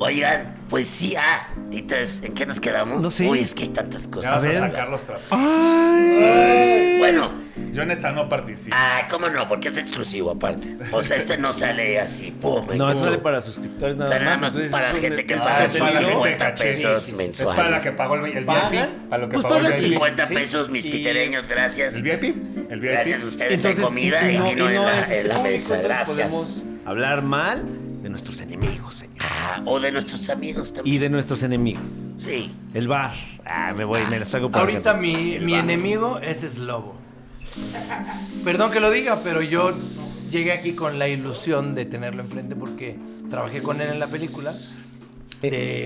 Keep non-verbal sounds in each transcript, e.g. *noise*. Oigan, pues sí, ah, entonces, ¿en qué nos quedamos? No sé. Uy, es que hay tantas Ya cosas. vas a ver. sacar los trapos. Bueno, Yo en esta no participo. ah, cómo no, porque es exclusivo aparte. O sea, este no sale así, pum. No, eso pum. sale para Oh suscriptores O nada sea, nada más. más entonces, para es un- gente que es un paga es para la sus gente 50 caché, pesos sí, sí, sí. es para la mensuales. que pagó el, el ¿Pagan? VIP. Para lo que Pues pagó el pagan VIP. 50 sí. pesos mis Y- pitereños, gracias. ¿El VIP? ¿El VIP? Gracias a ustedes Entonces, hay comida y, no- vino y en no la, es en la público, mesa, entonces gracias. Podemos hablar mal de nuestros enemigos, señor. Ah, o de nuestros amigos también. Y de nuestros enemigos. Sí. El bar. Ah, me voy, me la saco por Ahorita acá. mi, El mi bar. enemigo es Slobo. Perdón que lo diga, pero yo llegué aquí con la ilusión de tenerlo enfrente porque trabajé con él en la película Eh.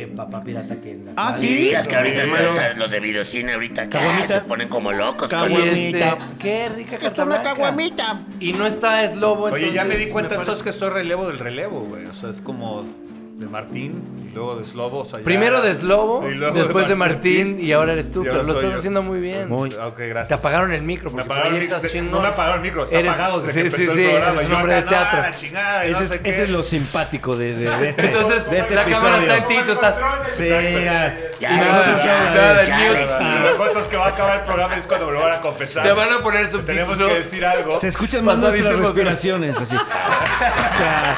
de Papá Pirata que en la Ah, cual- Y sí. digas que ahorita Bueno. ahorita los de videocine ahorita que, ah, Caguamita. se ponen como locos. Y pero- Caguamita. este, qué rica carta una blanca. Y no está Slobo. Oye, ya me entonces di cuenta, parece- esto es que soy relevo del relevo, güey. O sea, es como de Martín y luego de Slobo. o sea, ya- Primero de Slobo, Y luego después de Martín y ahora eres tú, Y pero ahora lo soy estás yo. haciendo muy bien. Muy. Ok, gracias. Te apagaron el micro Me porque apagaron el proyectas micro. chingón. No me apagaron el micro, está Eres- apagado desde sí, que sí, empezó sí, el programa. eres Yo un hombre de acá, no, teatro. la chingada, no Ese, es, sé qué. ese es lo simpático de, de- de este, Entonces, de este la cámara está en episodio. ti, tú estás... Sí, ya. Ya, Ah, Y ya, nosotros ya, ya, nada, ya, mute. ya, ya. Las fotos que va a acabar el programa es cuando me lo van a confesar. Te van a poner Tenemos subtítulos. que decir algo. Se escuchan más nuestras Pasadísimos, respiraciones, *laughs* así. O sea,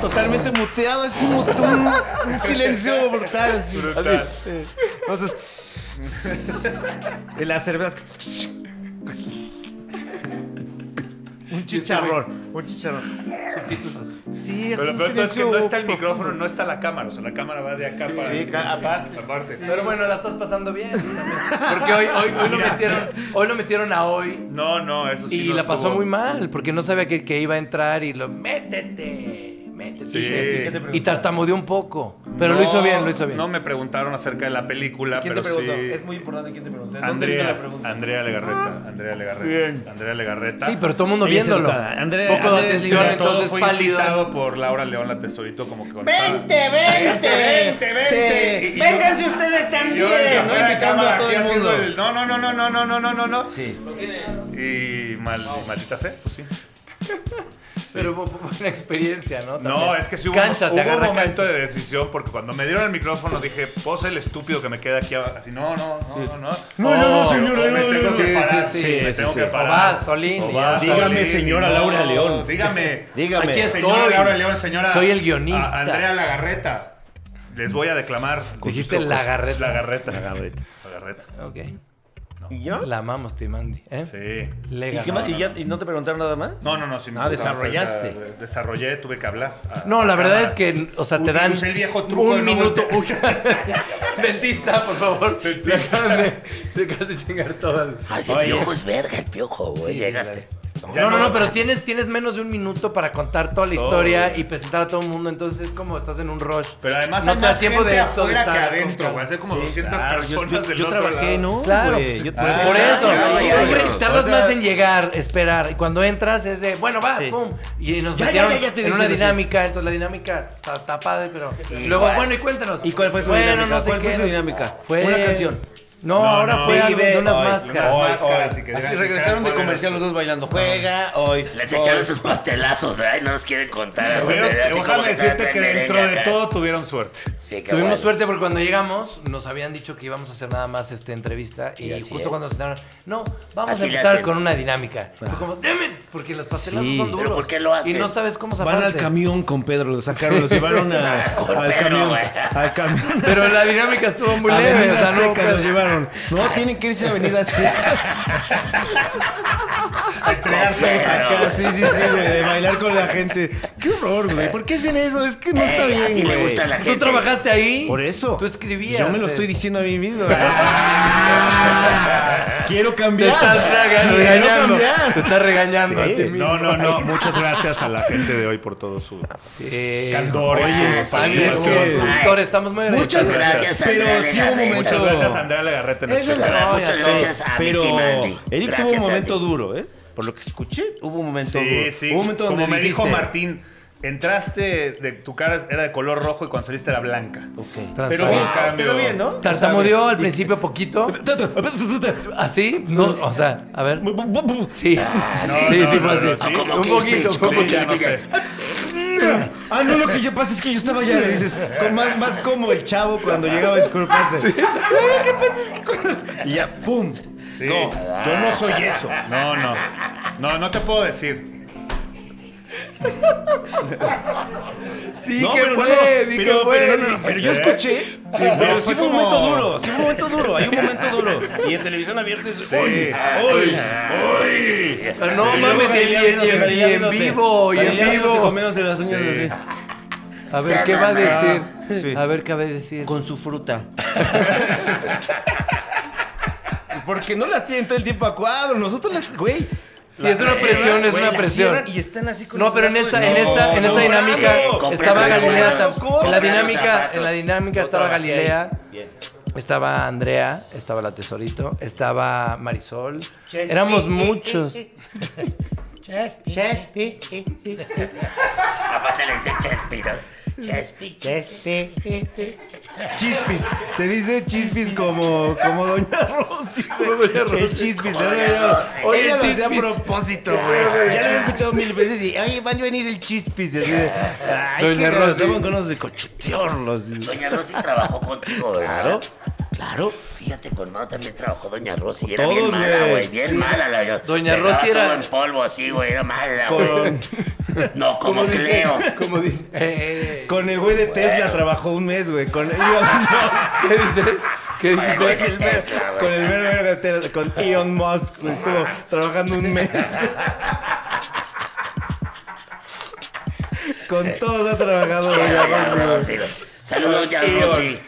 totalmente muteado, así un, un- un silencio brutal. Así, Brutal. Así. Entonces, de las cervezas. Un chicharrón, un chicharrón. subtítulos. Sí, Pero es lo un peor es que silencio no está el profundo. micrófono, no está la cámara. O sea, la cámara va de acá para. sí, ca- aparte. Aparte. Pero bueno, la estás pasando bien. Porque hoy, hoy, hoy, lo, Mira. metieron, hoy lo metieron a hoy No, no, eso sí. y no la pasó estuvo- muy mal porque no sabía que, que iba a entrar y lo... Métete, métete. Sí. Y tartamudeó un poco, pero lo No, hizo bien, lo hizo bien. No me preguntaron acerca de la película, ¿Quién te pero preguntó? sí. Es muy importante quién te preguntó. ¿Dónde vino la Andrea, pregunta? Andrea Legarreta, Andrea Legarreta, Andrea Legarreta. Sí, pero todo el mundo Ella es viéndolo. educada. Andrea- Poco de Andrea es atención, linda. todo entonces fue pálido. incitado por Laura León, la tesorito, como que contaba. ¡Vente, vente! ¡Vente, vente! Y- y yo- ¡Vénganse ustedes también! Yo desde ¿no? afuera de Invitando a cámara todo aquí el haciendo mundo. el no, no, no, no, no, no, no, no, no, no. Sí. Y mal, maldita sea, pues sí. Pero fue fue buena experiencia, ¿no? No, También. es que sí hubo, Cancha, hubo te un agarra momento de decisión porque cuando me dieron el micrófono dije, vos el estúpido que me queda aquí abajo. Así, no, no, no, no, no. No, no, no, señora, o me no, tengo no, que no. parar. Sí, sí, sí, me sí, tengo sí. que O parar. vas, Solín, O ya. vas, Dígame, Solín, señora Laura León. Dígame. Dígame. Aquí es- Señora Estoy. Laura León, señora. Soy el guionista. a- Andrea Lagarreta. Les voy a declamar. Dijiste Lagarreta. Lagarreta. Lagarreta. Lagarreta. Ok. ¿Y yo? La amamos, Timandi. ¿eh? Sí. Lega. ¿Y, qué más? ¿Y ya- y no te preguntaron nada más? No, no, no. Sí me Ah, preguntaron desarrollaste. acerca de- desarrollé, tuve que hablar. a- No, la a verdad cámara. es que, o sea, te Uy, dan usé el viejo truco un de no minuto. *laughs* voltear. Uy, *laughs* Dentista, por favor. Dentista. Déjame, déjame chingar todo. el- Ah, ese Oye. piojo es verga, el piojo, güey. Sí, Llegaste. Ya no, no, no. no, pero tienes, tienes menos de un minuto para contar toda la Todo. historia y presentar a todo el mundo, entonces es como estás en un rush. Pero además no hay te da más tiempo gente de esto de afuera que estar adentro, con- güey. Hace como Sí, 200 claro, yo- personas yo, del yo otro trabajé, lado. ¿no? Claro, güey? pues, Yo por trabajé. eso, claro, güey, claro. güey, tardas Ahorita- más en llegar, esperar. Y cuando entras es de, bueno, va, Sí. pum. Y nos Ya, metieron ya, ya, ya te en una dicen, dinámica, entonces la dinámica está, está padre, pero. Y Luego, cuál- bueno, y cuéntanos. ¿Y cuál fue su Bueno, dinámica? no sé ¿Cuál fue qué, su no- dinámica? Fue ¿Una canción? No, No, ahora no, fue algo Vive de unas hoy, máscaras. unas hoy, máscaras, hoy. y que digan Así que regresaron de fueron comercial los dos bailando. Juega hoy. Les hoy. echaron sus pastelazos, ¿verdad? Y no nos quieren contar. Pero Se ve así como déjame que cada decirte que tren dentro merengue de acá. todo tuvieron suerte. Sí, qué Tuvimos bueno. suerte porque cuando llegamos nos habían dicho que íbamos a hacer nada más esta entrevista y, Y así justo es. cuando nos sentaron, no, vamos Así a le empezar hacen. con una dinámica. Fue como, damn it, porque los pastelazos Ah. Sí. son duros. ¿Pero por qué lo hacen? Y no sabes cómo Van al zafarte. camión con Pedro, lo sacaron, los llevaron a- Con al Pedro, camión. güey. Al camión. *laughs* *laughs* Pero la dinámica estuvo muy leve, o Avenida sea, no Azteca los pero- llevaron. No, tienen que irse a Avenida Azteca. Pero- Acá, sí, sí, sí, güey, de bailar con la gente. Qué horror, güey. ¿Por qué hacen eso? Es que no está Ey, bien, Eh, así le güey. gusta a la gente. Tú trabajaste ahí. Por eso. Tú escribías. Yo me lo eh. estoy diciendo a mí mismo. ¿eh? Quiero cambiar. Te estás rega- Quiero regañando. Te cambiar. estás regañando a ti mismo. No, no, no. Muchas gracias a la gente de hoy por todo su Sí. candor y Oye, su padre, Padre, es participación. que- conductor, estamos muy agradecidos. Muchas gracias, Pero Andrea sí hubo Legarreta. momentos- Muchas gracias a Andrea Legarreta en Eso es especial. verdad, No, Muchas ya gracias a Pero Mickey Mandy. Eric tuvo Gracias, un momento Andy. duro, ¿eh? Por lo que escuché, hubo un momento duro. Sí, sí. Hubo un momento Como donde me dijo dijiste, Martín, entraste de tu cara era de color rojo y cuando saliste era blanca. Ok. Transparente. Pero hubo un cambio. Pero bien, ¿no? Tartamudeó al principio poquito. Así, no, o sea, a ver. Sí. no, sí, no, sí, no, fue así. no, sí. O como Un Kingfish, poquito, un como Sí, poquito. ya no Kingfish. sé. ¡Venga! Ah, no, lo que yo pasa es que yo estaba allá. Le dices, con más, más como el chavo cuando llegaba a disculparse. No, lo que pasa es que cuando... Y ya, ¡pum! Sí. No, yo no soy Ah. eso. No, no. No, no te puedo decir. Di No, que pero fue, no, di que pero, fue. pero no, no, pero yo escuché. pero no, ¿Eh? sí fue fue un como- momento duro, sí fue un momento duro, hay un momento duro. Y en televisión abierta es. ¡Uy! ¡Uy! ¡Uy! Ah, No Y mames, luego y, Galilea y- viéndote, y- y Galilea en viéndote. vivo, y Galilea en viéndote vivo. comiéndose las uñas Sí. así, A ver, ¿qué va a decir? Sí. A ver, ¿qué va a decir? con su *laughs* fruta. Porque no las tienen todo el tiempo a cuadro, nosotros las, güey. Sí, es una presión, es Güey, una las presión. cierran Y están así con No, los pero en brazos esta, de- en esta, en No, esta no, dinámica bravo. Compré estaba esos Galilea. zapatos, tam- compré En la esos dinámica, zapatos. en la dinámica Yo estaba trabajé ahí. Galilea, Bien. estaba Andrea, estaba la Tesorito, estaba Marisol. Éramos muchos. Chespi. Chespi. Aparte le dice Chespi, ¿no? Chespi, Chespi. Chispis, te dice chispis como, como Doña Rosy. güey. El chispis, Como no, Doña no, no. Rosy. Oye, El lo hacía a chispis. propósito, güey. Ya lo había escuchado mil veces y, oye, van a venir el chispis. Y así de, ay, Doña que Rosy. nos damos con los de cocheteorlos. Doña Rosy trabajó contigo, ¿verdad? Claro, claro. Fíjate, con Mao también trabajó Doña Rosy. y Era Todos, bien mala, güey. güey. Bien mala la Doña dejaba Rosy era- Todo en polvo así, güey. Era mala, güey. Con, No, como dice- *laughs* Cleo. Como dice. Eh, con el güey de Tesla trabajó un mes, güey. Con Elon Musk. ¿Qué dices? ¿Qué Con el güey de dices? Tesla, güey. Con el mero verga de Tesla, con Elon Musk, güey, estuvo trabajando un mes. Con todos ha trabajado, güey, Doña ya, güey. Rosy, güey. Saludos, Doña Rosy.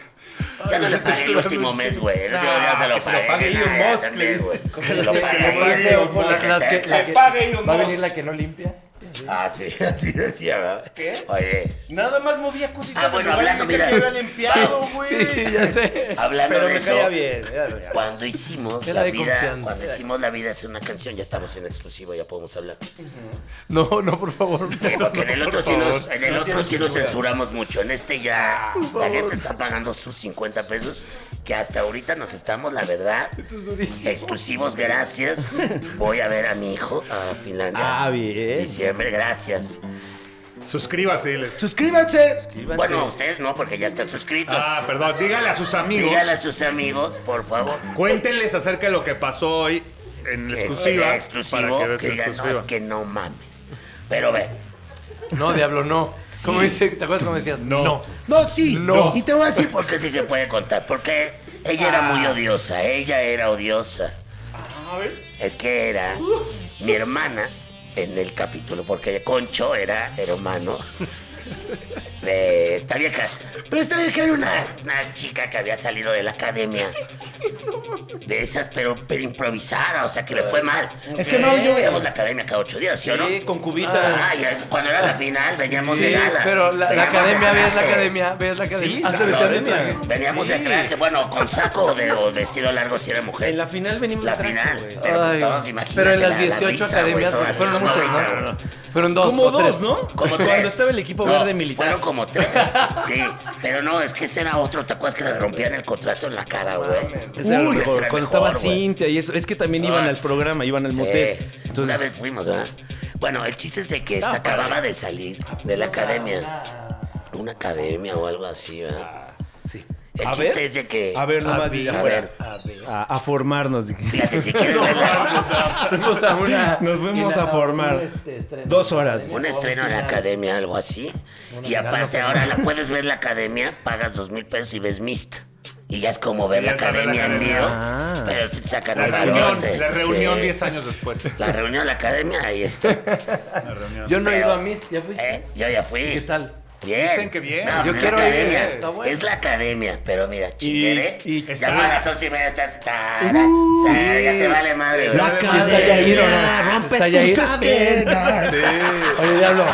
Ya no le pagué el último mes, güey. El último día se lo que se lo pagué. pague ni Elon nada, Musk, también, le güey. dices. Que lo Que pague le pague Elon Elon Musk, Musk, las que- Tesla. la que- Le pague Elon Va a Musk. venir la que no limpia. Ah, sí, *laughs* así decía, ¿verdad? ¿Qué? Oye, Nada más movía cositas. Ah, bueno, pero igual hablando, dice mira. que era limpiado, güey. Sí, sí, ya sé. hablando Pero de me eso, caía bien. ya, ya. Cuando hicimos Era la de vida, confianza. cuando hicimos la vida es una canción, ya estamos en exclusiva, ya podemos hablar. No, no, por favor. Eh, Porque en el otro sí nos, en el otro sí nos censuramos mucho. En este ya la gente está pagando sus 50 pesos, que hasta ahorita nos estamos, la verdad, es durísimo. exclusivos, gracias. Voy a ver a mi hijo a Finlandia. Ah, bien. Diciembre, gracias. Suscríbase. le- Suscríbanse. Bueno, ustedes no, porque ya están suscritos. Ah, perdón. Dígale a sus amigos. Díganle a sus amigos, por favor. Cuéntenles acerca de lo que pasó hoy en la que exclusiva. sea eh, exclusivo, que para que vean su digan, no, exclusiva. es que no mames. Pero ve, No, diablo, no. ¿Cómo dice? ¿Te acuerdas cómo decías? No. No. No, sí. No. Y te voy a decir por qué sí se puede contar. Porque ella era muy Ah. odiosa. Ella era odiosa. Es que era Uh. mi hermana en el capítulo. Porque Concho era hermano de esta vieja. Pero esta vieja era una, una chica que había salido de la academia. De esas, pero, pero improvisada. O sea, que le fue mal. Es que no, yo veíamos la academia cada ocho días, ¿sí o no? Sí, con cubitas. Ah, ya, cuando era la final veníamos Sí, de gala. pero la, la Veníamos de academia, ves la traje. academia, ves la Sí, academia. Ah, la- la Hazte vete a academia. academia. Veníamos de Sí. traje, bueno, con saco o de, o vestido largo si era mujer. En la final venimos La de traje, final. güey. Pero, pues, Ay, todos, imagínate, pero en la- las la 18 risa, güey, academias, todas porque fueron esas muchas, ¿no? novitas, ¿no? Fueron dos. Como o tres. dos, ¿no? Como Cuando tres. estaba el equipo No, verde militar. Fueron como *laughs* tres. Sí, pero no, es que ese era otro. ¿Te acuerdas que le rompían el contrato en la cara, güey? Ese era lo Uy, mejor, ese era el Cuando estaba mejor, güey. Cintia y eso. Es que también iban Ah. al programa, iban al Sí, motel. Una vez Entonces, fuimos, ¿verdad? Bueno, el chiste es de que esta Ah, padre. acababa de salir de la academia. Una academia o algo así, ¿verdad? El Ah, A chiste ver. es de que. a ver, nomás diga, a afuera. ver. A ver. A, a formarnos. Fíjate, si *laughs* quieres ver la- Fuimos a una- Nos fuimos a formar. un, este, estreno. Dos horas. un estreno en la academia, algo así. Y final, no aparte, sé. ahora la puedes ver la academia, pagas dos mil pesos y ves Mist. Y ya es como ver Y la ya está ver la academia en academia. vivo. Ah. Pero sí te sacan La un reunión, valote, la *laughs* reunión sí. 10 años después. La reunión de la academia, ahí está. La reunión. Yo no he Pero- ido a Mist, ¿ya fuiste? ¿Eh? Yo ya fui. ¿Qué tal? Bien. Dicen que bien. No, Yo es quiero la ir, academia. está bueno. Es la academia, pero mira, chinguere. y ya está- a las once y media estás. tara, tara, ya te vale madre. La ¿verdad? ¿Está *laughs* Yair o no? ¿Está Yair? Oye, diablo.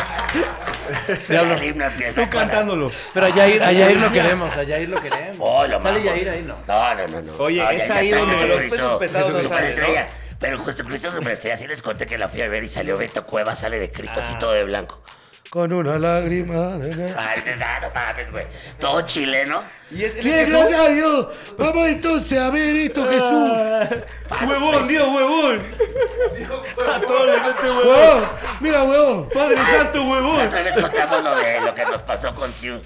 El Diablo. himno empieza Tú con la- cantándolo. Pero a Yair, a Yair lo queremos, a Yair lo queremos. Oh, lo Sale mames. Yair ahí, ¿no? No, no, no. no. Oye, No, ya- es ya ahí está donde los Jesucristo. pesos pesados no salen, Superestrella. Pero justo Cristo Superestrella, sí les conté que la fui a ver y salió Beto Cueva, sale de Cristo Ah. así todo de blanco. Con una lágrima. Ay, de nada, no mames, güey. Todo chileno. Y es el Bien, gracias a Dios. Vamos entonces a ver esto, Jesús. Paz, Ah, pues, ¡Huevón, beso. Dios, huevón! A todos les mete huevón. Huevón, Mira, huevón. Padre santo, La huevón. otra vez contamos lo de lo que nos pasó con Siu,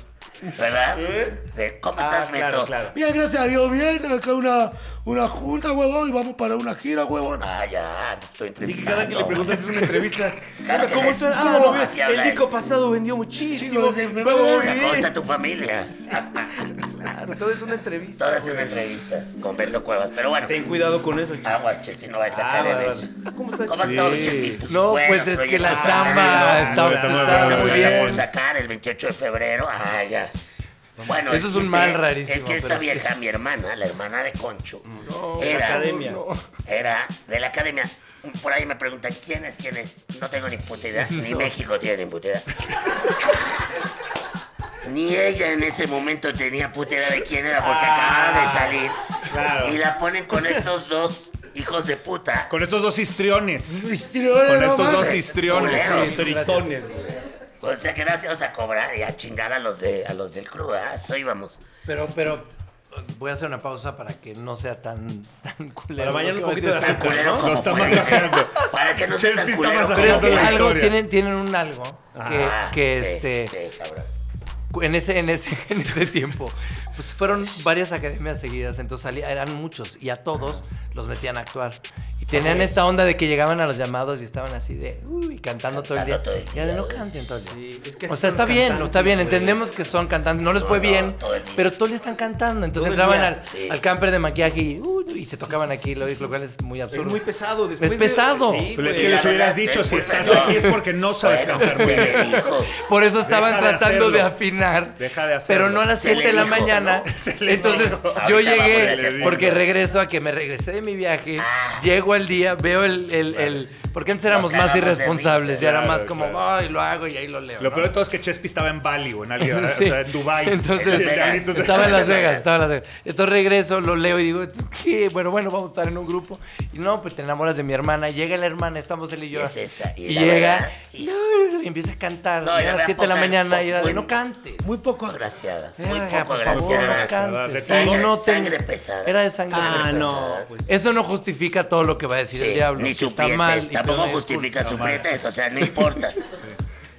¿verdad? ¿Eh? De, ¿Cómo estás, Ah, Beto? claro, claro. Mira, gracias a Dios, bien. Acá una, una junta, huevón. Y vamos para una gira, huevón. Ah, ya, te estoy Así entrevistando. que cada que le preguntas es una entrevista. Claro que ¿Cómo le- estás? ¿cómo Ah, no, así habla el él? disco pasado vendió muchísimo. Sí, Vamos, güey. ¿Cómo está tu familia? Claro, todo es una entrevista. Toda es una entrevista con Beto Cuevas. Pero bueno, Ten cuidado con eso, chicos. aguas, Chepi, no vayas a caer en Ah, vale. eso. ¿Cómo estás? ¿Cómo has Sí. estado, Chepi? Pues No, bueno, pues es pero ya que la está samba saliendo. está, no, no, está no, no, muy no, Ya está por bien. sacar el 28 de febrero. Ah, ya. Bueno, Eso es un que- mal rarísimo, Es que esta pero sí. vieja, mi hermana, la hermana de Concho, la era, academia. era de la academia. Por ahí me preguntan quién es, quién es. No tengo ni puta idea, *laughs* ni México tiene ni puta idea. *laughs* Ni ella en ese momento tenía puta idea de quién era porque Ah, acababa de salir. claro. Y la ponen con estos dos hijos de puta. Con estos dos histriones. Histriones, Con no estos dos mames. histriones. Culeros. Sí, tritones, güey. O sea Pues que gracias a cobrar y a chingar a los de a los del club, ¿ah? Eso íbamos. Pero, pero voy a hacer una pausa para que no sea tan, tan culero. Para mañana Lo un que voy poquito a de decir. Tan azúcar, culero ¿no? como Lo está puede ser. masacrando. Para que no sea tan Chespi está culero como masacrando puede la ser. Algo historia. tienen, tienen un algo que, Ah, que sí, este sí, cabrón. en ese en ese *laughs* en ese tiempo pues fueron varias academias seguidas, entonces salía- eran muchos y a todos los metían a actuar. Y tenían Ajá. esta onda de que llegaban a los llamados y estaban así de uy, cantando todo el día. Cantando todo el día, Ya de no güey. canten todo el día. Sí, es que o así son sea, está los bien, cantantes, está bien, güey. entendemos que son cantantes, no les No, fue no, bien, todo el día. pero todos le están cantando. Entonces Todo el entraban día. al, Sí. al camper de maquillaje y, uy, y se tocaban aquí, lo, lo cual es muy absurdo. Es muy pesado. Después Es de- pesado. Sí, Pero Pues es güey. que les la hubieras verdad, dicho, es si muy estás bueno. aquí es porque no sabes Bueno, cantar muy se bien. le dijo. Por eso estaban Deja de tratando de, hacerlo. afinar. Deja de hacerlo. Pero no a las Se le 7 de la dijo, mañana. ¿no? Se le Entonces dijo. yo Ahorita vamos a llegué hacer porque algo. regreso a que me regresé de mi viaje. Llego al día, veo el. el- el- porque antes éramos Nos más cagamos de irresponsables. risa, Ya era claro, más como, claro. ay, lo hago y ahí lo leo. Lo ¿no? peor de todo es que Chespi estaba en Bali o en alguien, *laughs* o Sí. sea, en Dubai. Este, Entonces, estaba en Las Vegas, estaba en Las Vegas. Entonces regreso, lo leo y digo, ¿qué? Bueno, bueno, vamos a estar en un grupo. Y no, pues te enamoras de mi hermana. Llega la hermana, estamos él y yo. Y es esta, y Y, la verdad, llega, y- no, no, y empieza a cantar. No, y y a la las verdad, 7 de la poca- mañana y era de, poca- no cantes. Muy poco agraciada. Muy Verga, poco por favor, no agraciada. cantes. De Sí, Sangre, no te- sangre pesada. Era de sangre Sangre pesada. Ah, no, pesada. pues. Eso no justifica todo lo que va a decir Sí, el diablo. Ni que su está mal. y Tampoco todo eso. justifica su prietes, o sea, no importa.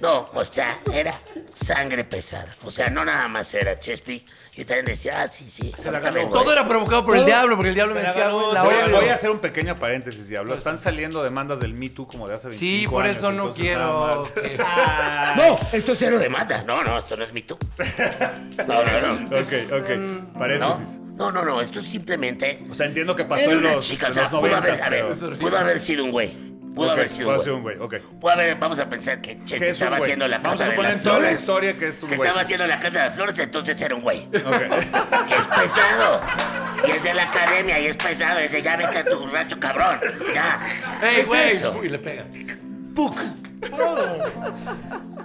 No, o sea, era sangre pesada. O sea, no nada más era Chespi. Yo también decía, ah, sí, sí. Se la ahorita ganó. me voy. Todo era provocado por el Todo- diablo, porque el diablo Se me la decía, ganó, "Güey, la se Voy a, odio". voy a hacer un pequeño paréntesis, Diablo. Están saliendo demandas del Me Too como de hace 25 Sí, por eso años, no entonces nada quiero. *laughs* más. *laughs* que- Ah, No, esto es cero demanda. No, no, esto no es mi tú. No, no, no. ok, ok. Mm, No, Paréntesis. no, no, no, esto es simplemente. O sea, entiendo que era pasó en una los, chica, en o sea, los pudo 90. haber, a ver, pero- pudo haber sido un güey. Pudo haber sido un güey. güey. *laughs* Ok. Pudo haber, vamos a pensar que Chespi Que es un estaba güey. haciendo la Vamos casa a de suponer las toda la flores. historia que es un que güey. estaba haciendo la casa de las flores, entonces era un güey. Ok. Que es pesado. Y es de la academia y es pesado. Dice, ya vete a tu rancho, cabrón. Ya. ¡Ey, Es pues eso. güey! Y le pegas. ¡Puc!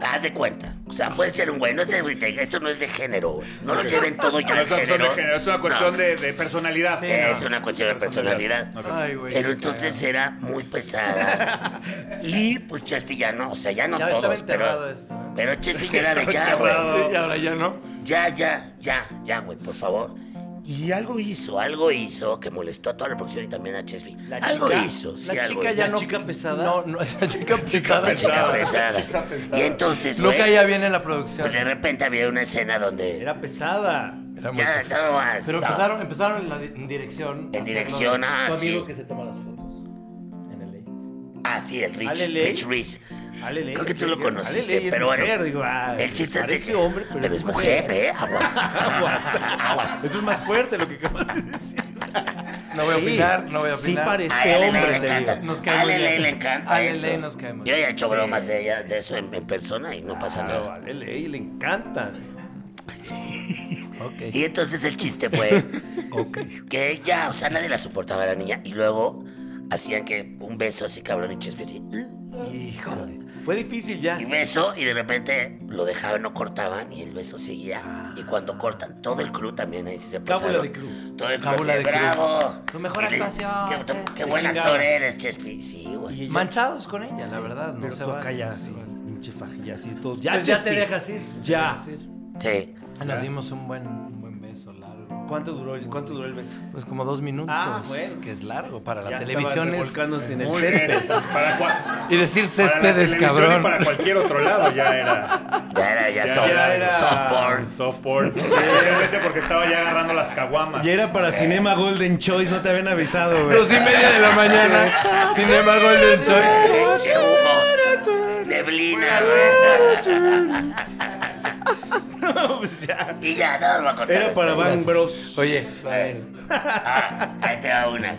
Haz de cuenta. O sea, puede ser un güey. No es de- de- esto no es de género, güey. No lo lleven todo ya No al es una cuestión género. de género, es una cuestión No, de, de personalidad. Es una cuestión de personalidad. Ok. Ay, güey. Pero qué entonces era muy pesada. Y pues Chespi ya no, o sea, ya no Ya estaba todos. Pero, enterrado esto. pero Chespi ya era de ya, güey. cagado. Y ahora ya no. Ya, ya, ya, ya, güey, por favor. Y algo hizo, algo hizo que molestó a toda la producción y también a Chespi. La Algo chica- hizo, sí, La algo chica hizo. ya ¿La no. chica pesada? No, no, la chica pesada. La chica pesada. pesada. Chica pesada. Y entonces, No güey, caía bien en la producción. pues de repente había una escena donde... Era pesada. Era muy ya, pesada. no más. Pero no. empezaron, empezaron en la di- en dirección. En a dirección, hacerlo de ah, tu amigo sí. que se toma las fotos. En Ah, sí, el Rich, Alele. Rich Reese. Alele, Creo que tú lo alele, conociste, alele, es pero mujer, bueno. digo, ah, el chiste es de parece que- hombre, pero es es mujer, mujer. ¿eh? Aguas. Aguas. Eso es más fuerte lo que acabas de decir. LA. No voy a Sí, opinar, no voy a opinar. Sí parece A LLA hombre, le te digo. encanta. Nos cae muy A LLA bien. le encanta A eso. LLA nos cae muy Yo ya he hecho Sí. bromas de ella, de eso en, en persona y no pasa Claro, Ah. nada. a LLA le encanta. Y entonces el chiste fue que ella, o sea, nadie la soportaba a la niña. Y luego hacían que un beso así, cabrón, y chespe así. Híjole. Fue difícil ya. Y beso, y de repente lo dejaban, no cortaban, y el beso seguía. Y cuando cortan, todo el crew también ahí sí se pasaron. Cábula de crew. Todo el crew Cábula así, de crew. ¡bravo! Tu mejor Y le- actuación, Qué, Chespi. qué buen Chingada. actor eres, Chespi. Sí, güey. Y ella- Manchados con ella, la verdad. No Pero se tú va. acá ya así, pinche fajilla así, todos. Ya, Pues ya te Chespi. dejas ir. te Ya. dejas ir. Sí. Nos dimos un buen, un buen beso largo. ¿Cuánto duró el, cuánto duró el beso? Pues como dos minutos. Ah, bueno. Que es largo para Ya la estaban televisión. es- revolcándose en el Muy bien. césped. Para, cua- Y decir para la céspedes, televisión cabrón. y para cualquier otro lado ya era. Ya era, ya, Ya soft, era- soft porn. Soft porn. Especialmente porque estaba ya agarrando las caguamas. Ya era para Cinema Golden Choice, no te habían avisado, güey. Dos y media de la mañana. Sin embargo, el Choy. Leche, humo, neblina, güey. *laughs* No, pues ya. Y ya, nada más va a contar. Era esta. para Van Bros. Este Oye, a ver. Ah, ahí te va una.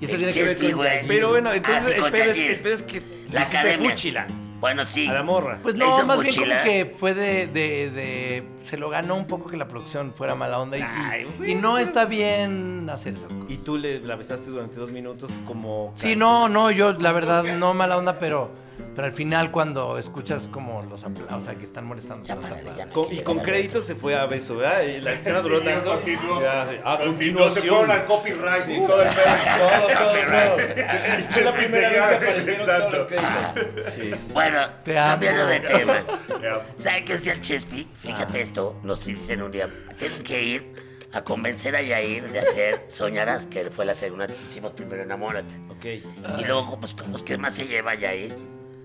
Y esto El tiene que ver Chesky, con güey. Yair. Pero bueno, Ah, sí, entonces el con pedo es, Yair. el pedo es que La hiciste academia. fúchila Bueno, sí. a la morra. Pues Le no, hizo más bien mochila. como que fue de, de- de- Se lo ganó un poco que la producción fuera mala onda. Y, y- Ay, y no está bien hacer esas cosas. Y tú le la besaste durante dos minutos como... Sí, no, no, yo la verdad no mala onda, pero, pero al final cuando escuchas como los aplausos, o sea, que están molestando. Ya pero está párale, ya. padre. Con- y con crédito se fue a beso, ¿verdad? Y La escena duró tanto. continuó. Ya, sí. Ah, A No se fueron al continuación. copyright y todo el pedo. Todo, todo, todo. Se pinchó la Sí, primera vez que señor. aparecieron todos los créditos. Sí, sí, sí. Bueno, Te cambiando *laughs* amo. de tema. Ya, ¿Saben qué hacía el Chespi? Ah. Fíjate esto, nos dicen un día, tienen que ir a convencer a Yair de hacer Soñarás, que fue la segunda que hicimos primero Enamórate. Ok. Ah. Y luego, pues, pues, ¿qué más se lleva Yair?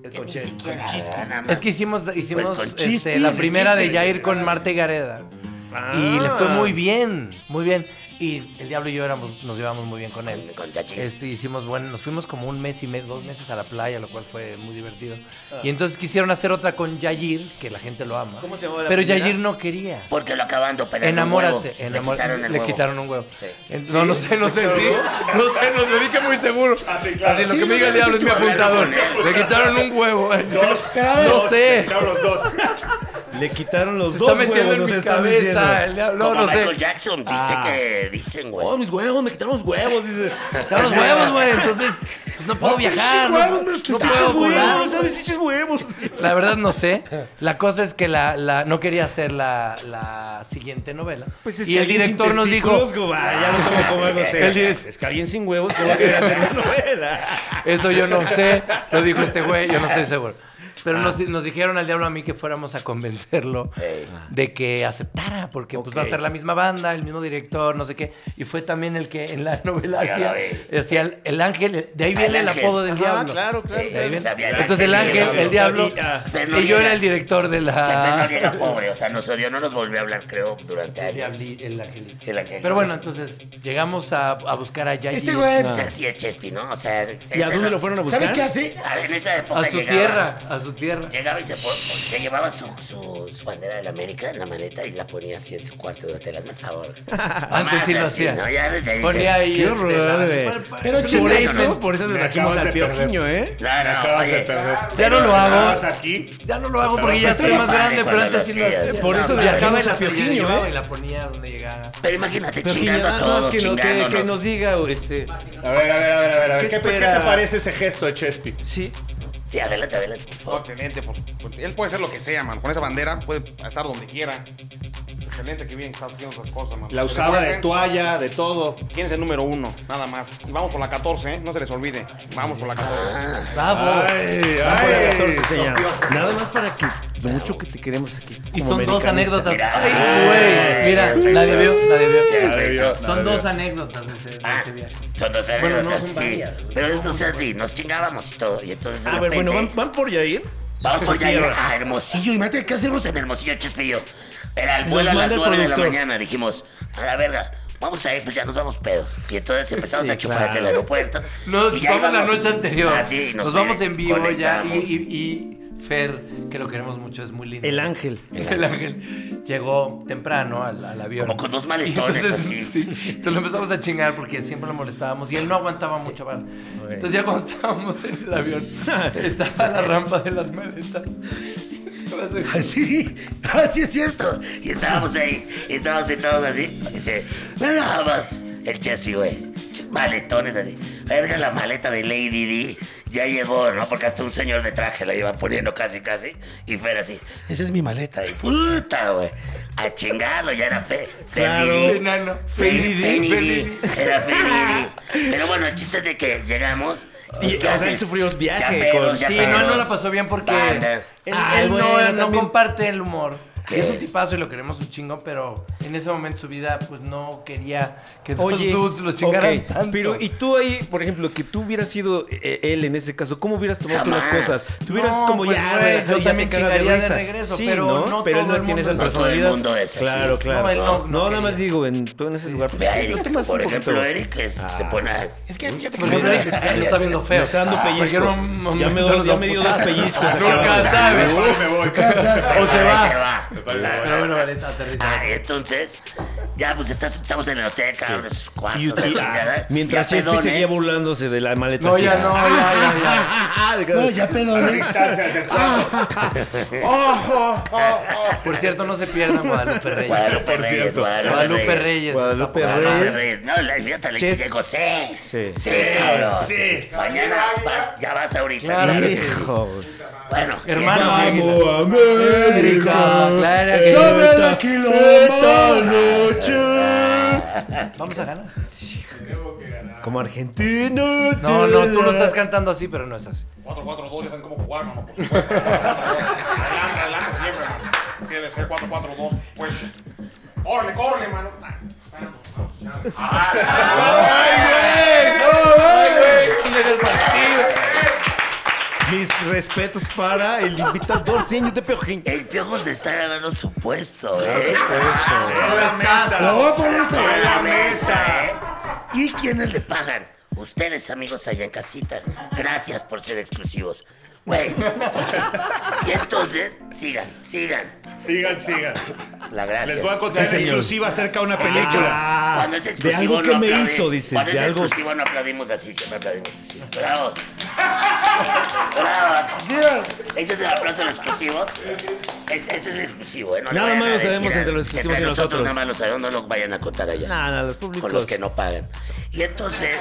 El Que con ni Chespi, siquiera con Chispis. nada más. Es que hicimos, hicimos Pues con este, chispis, la primera de chispis. Jair con Marta y Gareda. Y Ah, *laughs* le fue Ah. muy bien, muy bien. Y el diablo y yo éramos, nos llevamos muy bien con él. Con- con Yair. Este, hicimos, bueno, nos fuimos como un mes y mes, dos meses a la playa, lo cual fue muy divertido. Y entonces quisieron hacer otra con Yair, que la gente lo ama. Ah. ¿Cómo se llamaba la Pero primera? Yair no quería. Porque lo acaban de operar. un Enamórate, huevo. enamórate. Le, Le quitaron quitaron un huevo. Sí. En- No, no sé, no sé, sí. No sé, no, lo dije muy seguro. Ah, Así, claro. Así, lo Sí, que me diga el diablo es mi hablando apuntador. con él. Le quitaron un huevo. Dos. No dos, sé. quitaron los dos. Le quitaron los Se dos está huevos, metiendo en nos mi están diciendo. cabeza. el diablo, Como No, no Michael sé. Jackson, viste Ah. que dicen, güey. Oh, mis huevos, me quitaron los huevos, dice. Quitaron los *laughs* huevos, güey. Entonces, pues no puedo viajar. Pinches No, huevos, me los no quitaste, puedo volar. huevos, ¿sabes? Pinches huevos. La verdad *laughs* no sé. La cosa es que la, la- no quería hacer la, la siguiente novela. y el Pues alguien sin director nos dijo, testículos, como, ah, ya lo tomo como *laughs* algo serio. El direct- Es que alguien sin huevos, ¿cómo quería hacer una *laughs* novela? Eso yo no sé, lo dijo este güey, yo *laughs* no estoy seguro. Pero nos, Ah. nos dijeron al diablo a mí que fuéramos a convencerlo Ey. de que aceptara, porque pues va a Ok. ser la misma banda, el mismo director, no sé qué. Y fue también el que en la novela Ya la hacía, vi. hacía el, el ángel, de ahí Ah, viene el el ángel. apodo del Ajá, diablo. claro, claro, De ahí claro. viene. Sabía el Entonces el ángel y el ángel, el diablo. diablo, Y, ah, Fer y yo Noriega. era el director de Que pues. Fer la... *laughs* Noriega, pobre, o sea, nos odió, no nos volvió a hablar, creo, durante El años. diabli- el angelito. El ángel. Pero bueno, entonces llegamos a, a buscar a Yair. Este güey, O sea, sí es Chespi, ¿no? O sea... ¿Y a dónde lo fueron a buscar? ¿sabes qué hace? A ver, en esa época A su llegaba- tierra, a su tierra. Llegaba y se, po- se llevaba su, su, su bandera de la América en la maleta y la ponía así en su cuarto de hotel, hazme el favor. *laughs* Antes sí lo Nomás así, hacía. ¿no? Ya desde ahí Ponía dices, ahí. Qué este, la- horror, güey. Pero Por chisme, eso, ¿no? por eso te Me trajimos acabas al de perder. Piojiño, ¿eh. Me Claro, acabas oye. de perder. Ya no lo hago. Estabas aquí. Ya no lo hago porque ya Estabas estoy Pues más padre grande, pero cuando antes lo sí lo hacías. hacía. Por eso viajaba viajamos en la a Piojiño, playa, llevaba ¿eh? y la ponía donde llegara. Pero imagínate, Pero que chingando ya, a nada más todos, que, no- que, que chingándonos. nos diga, este. A ver, a ver, a ver, a ver. a ver. ¿Qué ¿Qué, qué espera? te parece ese gesto de Chespi? Sí. Sí, adelante, adelante, por favor. excelente, por- por- él puede ser lo que sea, man. Con esa bandera puede estar donde quiera. Excelente, que bien que estás haciendo esas cosas, man. La usaba de Recuerden toalla, de todo. ¿Quién es el número uno? Nada más. Y vamos por la 14, ¿eh? No se les olvide. Vamos por la 14. ¡Bravo! Ay, Ah, por la ay. 14 se llama. Nada más para que. Lo mucho que te queremos aquí. Y como son dos americanista. anécdotas. Mira. ¡Ay, güey! Mira, Ay, la ya debió, la Ya Ah, debió. Ay, regresó. Dios. Son dos anécdotas de ese, de ese viaje. Son dos Bueno, anécdotas, no, son sí. varias. Pero entonces sí, nos chingábamos y todo. Y entonces de A ver, repente, Ah, bueno, ¿van, van por Yair. vamos a ir tierra. a Hermosillo. Y mate, ¿qué hacemos en Hermosillo, Chespillo? Era el Nos vuelo a las manda el 9 de la productor. mañana. Dijimos, a la verga, vamos a ir, pues ya nos vamos pedos. Y entonces empezamos *laughs* Sí, a chupar claro. hacia el aeropuerto. Nos y ya vamos la íbamos- noche anterior. Ah, sí, Nos vamos en vivo ya. Y, conectamos. y- y Fer, que lo queremos mucho, es muy lindo. El ángel. *laughs* El ángel llegó temprano al, al avión. Como con dos maletones, *laughs* Y así. sí, entonces lo empezamos a chingar porque siempre lo molestábamos y él no aguantaba mucho bar. Entonces ya cuando estábamos en *laughs* el avión, estaba la rampa de las maletas. Estaba *laughs* así. Sí, así es cierto. Y estábamos ahí, y estábamos sentados así. Y dice, "Ve nada más. El Chespi, güey. Chis- Maletones así. Verga la maleta de Lady D. Ya llegó, ¿no? Porque hasta un señor de traje la iba poniendo casi, casi. Y Fer así, esa es mi maleta. Y puta, güey. A chingarlo, ya era fe. Claro. Lady D. Enano. Fe Feliz, Fe Lady D. feliz. Era Fe *laughs* Lady D. Pero bueno, el chiste es de que llegamos. Y, ¿qué o sea, él haces? sufrió el viaje Ya pedos, con- ya Sí, no, él no pedos. la pasó bien porque Banda. él, Ay, él no- bueno, no, también. comparte el humor. Y es un tipazo y lo queremos un chingo, pero en ese momento de su vida, pues no quería que los Oye, dudes lo chingaran ok, tanto. Pero, y tú ahí, por ejemplo, que tú hubieras sido eh, él en ese caso, ¿cómo hubieras tomado tú las Jamás. cosas? Tú hubieras No, como pues, ya, güey, relajado, yo ya también te cagas chingaría de risa. regreso, Sí, pero no pero él todo no el tiene esa mundo es así. No todo el personalidad. mundo es así. Claro, claro. No, él no- no, no nada más quería. digo, en, tú en ese lugar. pues, Vea, sí, lo Eric, tomas por un poquito. ejemplo, Eric es- se pone a... Es que, por ejemplo, Eric lo está viendo feo. Me está dando Ah, pellizco. cualquier mom- Ya me momento do- ya lo me dio putas. dos pellizcos aquí Nunca abajo. sabes. Me voy, me voy. O se va. Vale, Claro. vale. Pero bueno, Valeta, aterriza. Ah, entonces, ya pues estás, estamos en la hoteca, los cuartos, Y la usted- ah, este chingada. Mientras Ya Chespi pedones. seguía burlándose de la maleta. No, así. ya no, ya, ya, *laughs* ya. No, ya pedones. Distancia hacia el plato. Oh, Por cierto, no se pierdan Guadalupe Reyes. Guadalupe Por Reyes, cierto. Guadalupe Reyes. Guadalupe está por ahí. Guadalupe Reyes. Reyes. No, la idiota le Ches- dice José. Sí, Sí. cabrón. Sí. Mañana vas, ya vas ahorita. Claro. claro. Hijo. Bueno, Hermano, entonces, Amo América. América, claro que Dame sí. la quilomba noche. Vamos a ganar. Como argentino. No, no, tú lo estás cantando así, pero no es así. 4-4-2, ya saben cómo jugar, mano. por supuesto. adelante, adelante siempre, mano. Sí, debe ser 4-4-2, por supuesto. Córrele, córrele, mano. Ay, santo, vamos, ya. Mis respetos para el invitador señor de Peojín. el piojo se está ganando su puesto, ¿eh? En la mesa. Sobre En la mesa. ¿eh? ¿Y quiénes le pagan? Ustedes, amigos allá en casita. Gracias por ser exclusivos. Güey. Y entonces, sigan, sigan. Sigan, sigan. La gracia. Les voy a Sí, contar en señor. exclusiva acerca de una película. Cuando es Ah, de exclusivo algo que no me aplaudí- hizo, dices, Cuando de es algo. exclusivo no aplaudimos así, siempre aplaudimos así. Bravo. Bravo. Ese es el aplauso a los exclusivos. Es- eso es exclusivo, ¿eh? No le Nada vayan más a lo decir sabemos a- entre los exclusivos entre y nosotros. Nada más lo sabemos, no lo vayan a contar allá. Nada, nada, los públicos. con los que no pagan. Y entonces,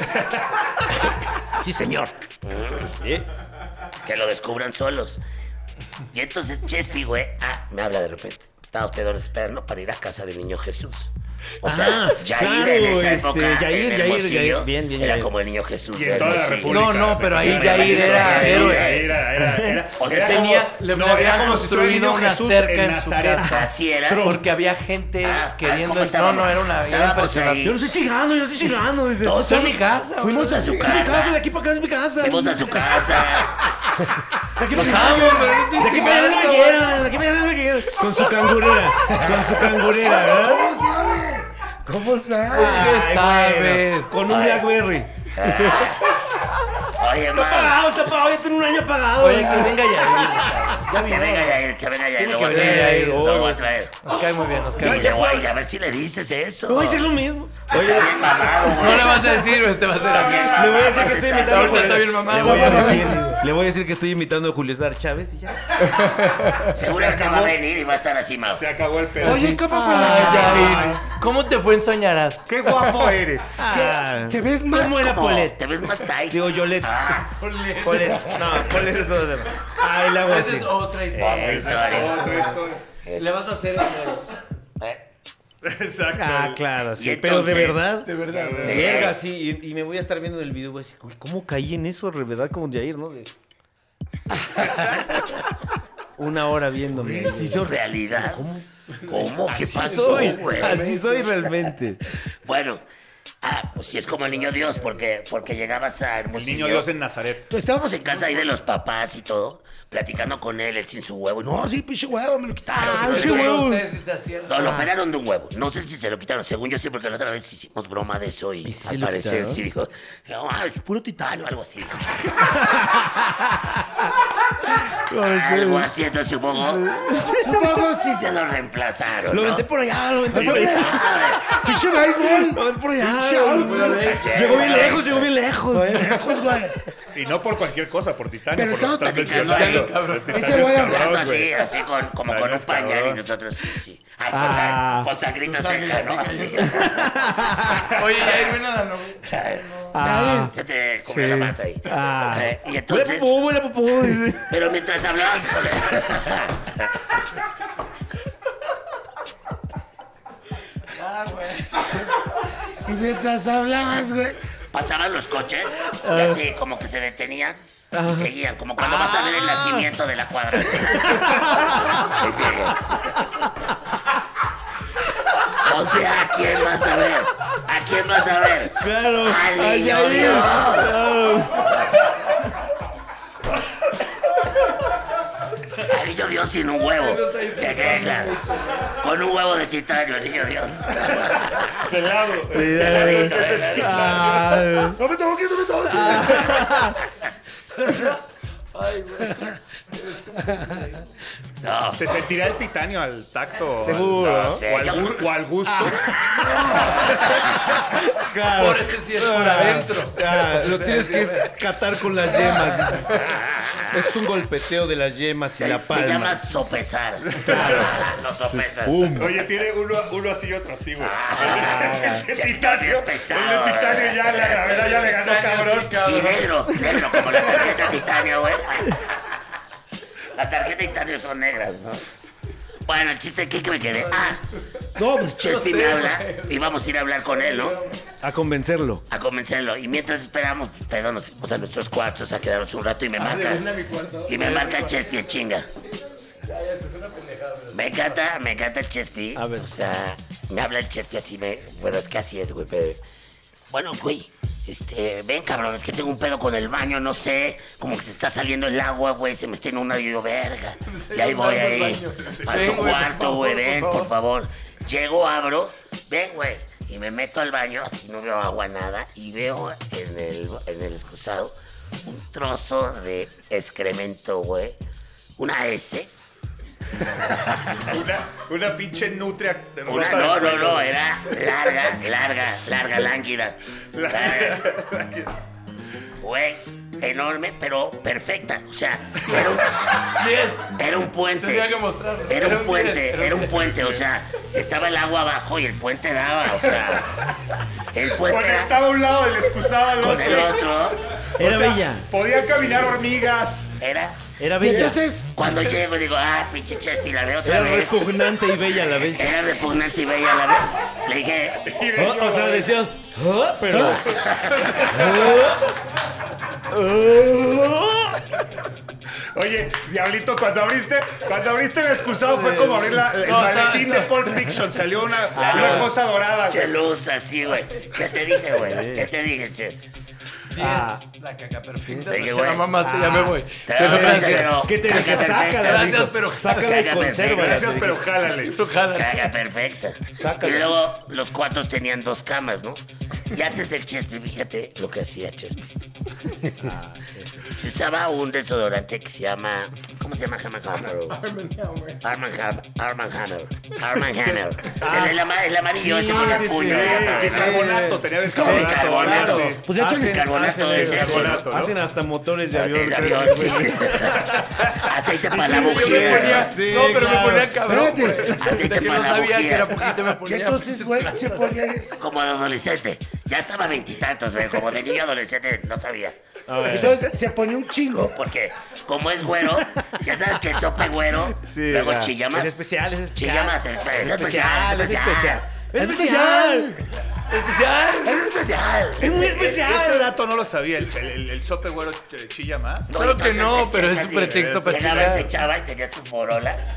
Sí, señor. ¿Eh? que lo descubran solos. Y entonces Chespi, güey, ah, me habla de repente. Estábamos pedos esperando para ir a casa del niño Jesús. O sea, Ah, Yair claro, en esa este, época. Yair, en Yair, Hermosillo, Yair, bien, bien, Era Yair. como el niño Jesús. Y de en toda la Hermosillo. República. No, no, pero ahí Siempre Jair manito, era Jair, héroe. Jair. Era, era, era. O sea, Era tenía- como- le, no, le era había como si fuera el construido niño una Jesús cerca en, su Nazaret. casa. Así era. Porque había gente Ah, ah, queriendo. ¿cómo no, estábamos? no, era una. Era Estábamos impresionante. ahí. Yo no estoy llegando, yo no estoy llegando. Dice. Todos Fue a mi casa. güey. Fuimos a su Es mi casa, de casa. aquí para acá es mi casa. Fuimos a su *laughs* casa. Los amo, pero no De aquí te para allá no me quiero. quieran, de aquí para allá no me quieran. Con su cangurera. Con su cangurera, ¿verdad? ¿Cómo ¿Cómo sabes? sabes? Con un Blackberry. Oye, Está man. pagado, está pagado, ya tiene un año pagado. Oye, que venga Jair. Que venga Yair, que venga Yair. Tiene Lo voy a que venir traer. Yair. Lo voy a traer. Nos cae muy bien, nos cae muy Oye, bien. güey, a ver si le dices eso. No voy a decir lo mismo. Está bien mamado, güey. No le vas a decir, güey, te va a hacer a mí. Le voy a decir que estoy invitado Ahorita por está bien Le mamado. voy a güey. decir, le voy a decir que estoy imitando a Julio César Chávez y ya. Seguramente va a venir y va a estar así, Mao. Se acabó el pedo. Oye, ¿cómo fue Ay, la... Jair, ¿cómo te fue en Soñarás? qué guapo eres. Ah, Te ves más ¿Cómo era como- Polet? Te ves más tight. Digo, Yolette. Ah, Polet. No, Polet es otro. Ah, el agua Esa así. es otra historia. otra historia. Otra historia. Le vas a hacer Eh, Exacto. Ah, claro, Y sí. Pero de entonces- verdad. de verdad. sí. Verga, sí, y, y me voy a estar viendo en el video, güey, así, güey, ¿cómo caí en eso, de verdad, como Jair, no? *laughs* De- Una hora viéndome. Se hizo realidad. ¿Cómo? ¿Cómo? ¿Qué pasó, Soy, güey? así soy realmente. Bueno, ah, pues sí es como el niño Dios, porque, porque llegabas a El Hermosillo. Pues niño Dios en Nazaret. Estábamos en casa ahí de los papás y todo, platicando con él, él sin su huevo. No, sí, pinche huevo, me lo quitaron. Ah, No, ese no, huevo. No sé si se acierta. No, lo operaron de un huevo. No sé si se lo quitaron. Según yo sí, porque la otra vez hicimos broma de eso y, ¿Y sí al lo parecer quitaron? sí dijo, "Ah, es puro titanio o algo así. dijo. algo así, entonces supongo. supongo sí se lo reemplazaron. ¿no? Lo aventé por allá, lo aventé por allá. Ah, ¡Pinche béisbol! Lo aventé por allá. che, Llegó bien la lejos, venta. llegó bien lejos. Lejos, güey. Y no por cualquier cosa, por Titanic. Pero por lo que estamos estás platicando mencionando. algo, cabrón. El Titanic Ese es güey cabrón, Hablando güey. así, así con, como con Ay, un no, pañal y cabrón. nosotros sí, sí. Ay, con, Ah. sa- con sangrita Con seca, ¿no? sangrita Oye, Jair, ven a la novia. Así. *laughs* Se te cubrió la mata ahí. Ah. Eh, y Huele entonces... a popó, huele a popó. dice. Pero mientras hablabas con él. Y mientras hablabas, güey. Pasaban los coches y Ah. así como que se detenían y Ah. *laughs* seguían, como cuando vas a ver el nacimiento de la cuadra. Y sigue. O sea, ¿a quién vas a ver? ¿A quién vas a ver? Claro, Al a niño Yair, Dios. claro. Al niño Dios sin un *laughs* huevo. Que quede claro. Con un huevo de titanio, el niño Dios. De lado. Peladito, peladito. Ah, No me tengo que, no me tengo que. No. ¿Se sentirá el titanio al tacto? Seguro, Ah. Al- ¿no? ¿no? o, al gu- o al gusto. claro. Por eso sí es por Ah, adentro. ah, lo tienes que catar con las yemas. dices. Es un golpeteo de las yemas y la Se llama palma. Uh, sopesar. Claro. Lo sopesas. ¡Pum! Oye, tiene uno, uno así y otro así, güey. Ah, el de titanio. El de pesado, titanio ya, la gravedad ya le ganó, cabrón. Y negro, negro, como la tarjeta titanio, güey. La tarjeta titanio son negras, ¿no? Bueno, el chiste aquí que me quedé. Ah, No, pues, Chespi me habla y vamos a ir a hablar con él, ¿no? a convencerlo. A convencerlo. Y mientras esperamos, pues, pedo, nos fuimos a nuestros cuartos a quedarnos un rato y me marca. Y me marca Chespi en chinga. Me encanta, me encanta el Chespi. A ver. O sea, me habla el Chespi así, me... bueno, es que así es, güey, pero... Bueno, güey, este, ven, cabrón, es que tengo un pedo con el baño, no sé, como que se está saliendo el agua, güey, se me está inundando y yo, verga. Y ahí voy, ahí, a su Ven, güey, por cuarto, favor, güey, por ven, favor. por favor. Llego, abro, ven, güey, y me meto al baño, así no veo agua, nada, y veo en el, en el excusado un trozo de excremento, güey, una S, Una, una pinche nutria. de Una, rota de no, no, cuello. no, era larga, larga, larga, lánguida. Larga, güey, enorme, pero perfecta. O sea, era un, Yes. era un puente. Tenía que mostrarlo. Era un puente, diez, era un puente. O sea, estaba el agua abajo y el puente daba. O sea, el puente era Conectaba un lado del excusado al con el otro. otro. Era O sea, bella. Podían caminar hormigas. Era. Era Y bella. entonces, Cuando llego digo, ah, pinche Chespi, la veo otra Era vez. repugnante y bella a la vez. Era repugnante y bella a la vez. Le dije, Y O, venía o sea, la- decías, "Ah", pero. Oh, Oye, Diablito, cuando abriste, cuando abriste el excusado fue como abrir la, el No, maletín no, no. de Pulp Fiction. Salió una, Ah, una cosa dorada, güey. che luz así, güey. ¿Qué te dije, güey? ¿Qué te dije, Chespi? Ah. La caca perfecta. Sí, no, qué ya güey. la mamaste, ya me voy. Pero gracias, gracias. pero- ¿Qué te caca dije? perfecta. Sácala, Gracias, dijo. pero- Sácala y Caca perfecta. consérvala. Gracias, te pero dije. jálale. Ojalá. Caga perfecta. Sácala. Y luego los cuartos tenían dos camas, ¿no? Y antes el Chespi, fíjate lo que hacía Chespi. Se usaba un desodorante que se llama. ¿Cómo se llama? Arm and Hammer. Arm and Ham- Arm and Hammer. Arm and Hammer. El, el ama- el amarillo Sí, ese con sí, el sí. puño, ya Eh, sabes, ¿no? bicarbonato, tenía bicarbonato. Bicarbonato. ah, sí. Pues de hecho, Hacen- bicarbonato hacen eso, de ese, ¿no? bicarbonato, ¿no? Hacen hasta motores de avión. El creo, avión, güey. sí. *laughs* Aceite para la Yo me bujía. *laughs* ponía- Sí, no, pero claro. me ponía cabrón. Espérate. güey. Así te De que no pasa sabía bujía. que era poquito me y ponía. entonces, güey, se ponía. Como adolescente. Ya estaba veintitantos, güey. Como de niño adolescente, no sabía. Entonces se ponía un chingo. Porque como es güero, ya sabes que el sope güero, Sí, luego ya. chillamas. Es especial, es especial. Chillamas, es espe- es especial, especial, es especial. Es especial. especial. Especial. Es especial. Es muy Eh, especial. Ese dato no lo sabía. El, el, el- el sope güero ch- chilla más. No, Claro entonces que no, te pero es checas un y pretexto para Llegaba, chillar. se echaba y tenía sus borolas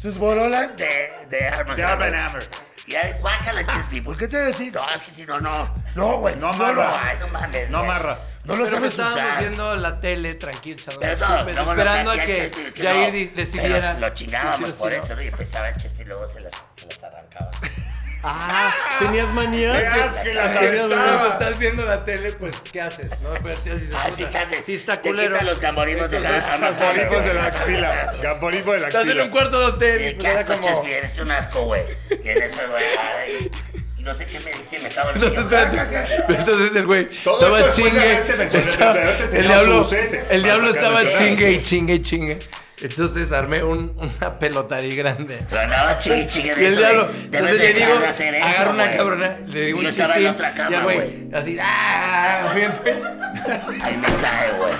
Sus borolas. de, de arma. De Arm and Hammer. Y ahí, guácala, chispi. ¿Por ¿Por qué? qué te decís? No, es que si no, no. No, güey. No amarra. Ay, no mames. No güey. pues, amarra. No lo Pero me sabes estábamos usar. viendo la tele tranquilo, echando Pero unos no, chupes, no, esperando lo a hacía el que Chespi, es Jair no. di- Pero decidiera. Lo chingábamos Sí o sí, por no. eso, ¿no? Y empezaba el Chespi y luego se las, se las arrancabas. Ah, ¿tenías manías? Veas que la Tenías Claro, manías. estás viendo la tele, pues, ¿qué haces? No, pero te haces Ah, puta, sí, ¿qué haces? Sí, está Te culero. quitan los gamborismos de la- Entonces, Arm and Hammer, Gamborismos güey. de la axila. Gamborismo de la Estás en axila. un cuarto de hotel. Sí, y qué pues, era asco, como... Chespi, eres un asco, güey. Tienes eso, güey. ay, Y no sé qué me dice, me cago en el Entonces, niño. espérate. Entonces el güey Todo estaba esto después de chingue. haberte mencionado, estaba- de haberte el enseñado diablo, sus heces. el diablo Para sacar estaba los chingue y chingue y chingue. Entonces armé un- una pelota ahí grande. Pero andaba chingui, chingui de Y el eso, diablo, güey. entonces Debes le dejar digo, de hacer eso, agarra una güey. cabrona, le digo Yo un estaba en chistín, la otra ya, cama, güey, güey. así, ah, fíjate. Ahí me cae, güey.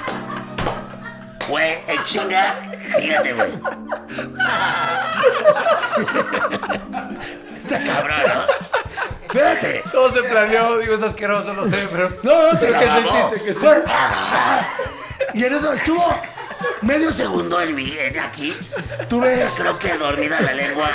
Güey, en chinga, fíjate, güey. Está cabrón, ¿no? Espérate. *laughs* Todo se planeó, digo, es asqueroso, lo sé, pero... No, no, se ¿Qué la mamó. sentiste? ¿Qué Güey, sentiste? Y en eso estuvo. Medio segundo en mi, en aquí. Tuve. Creo que dormida la lengua.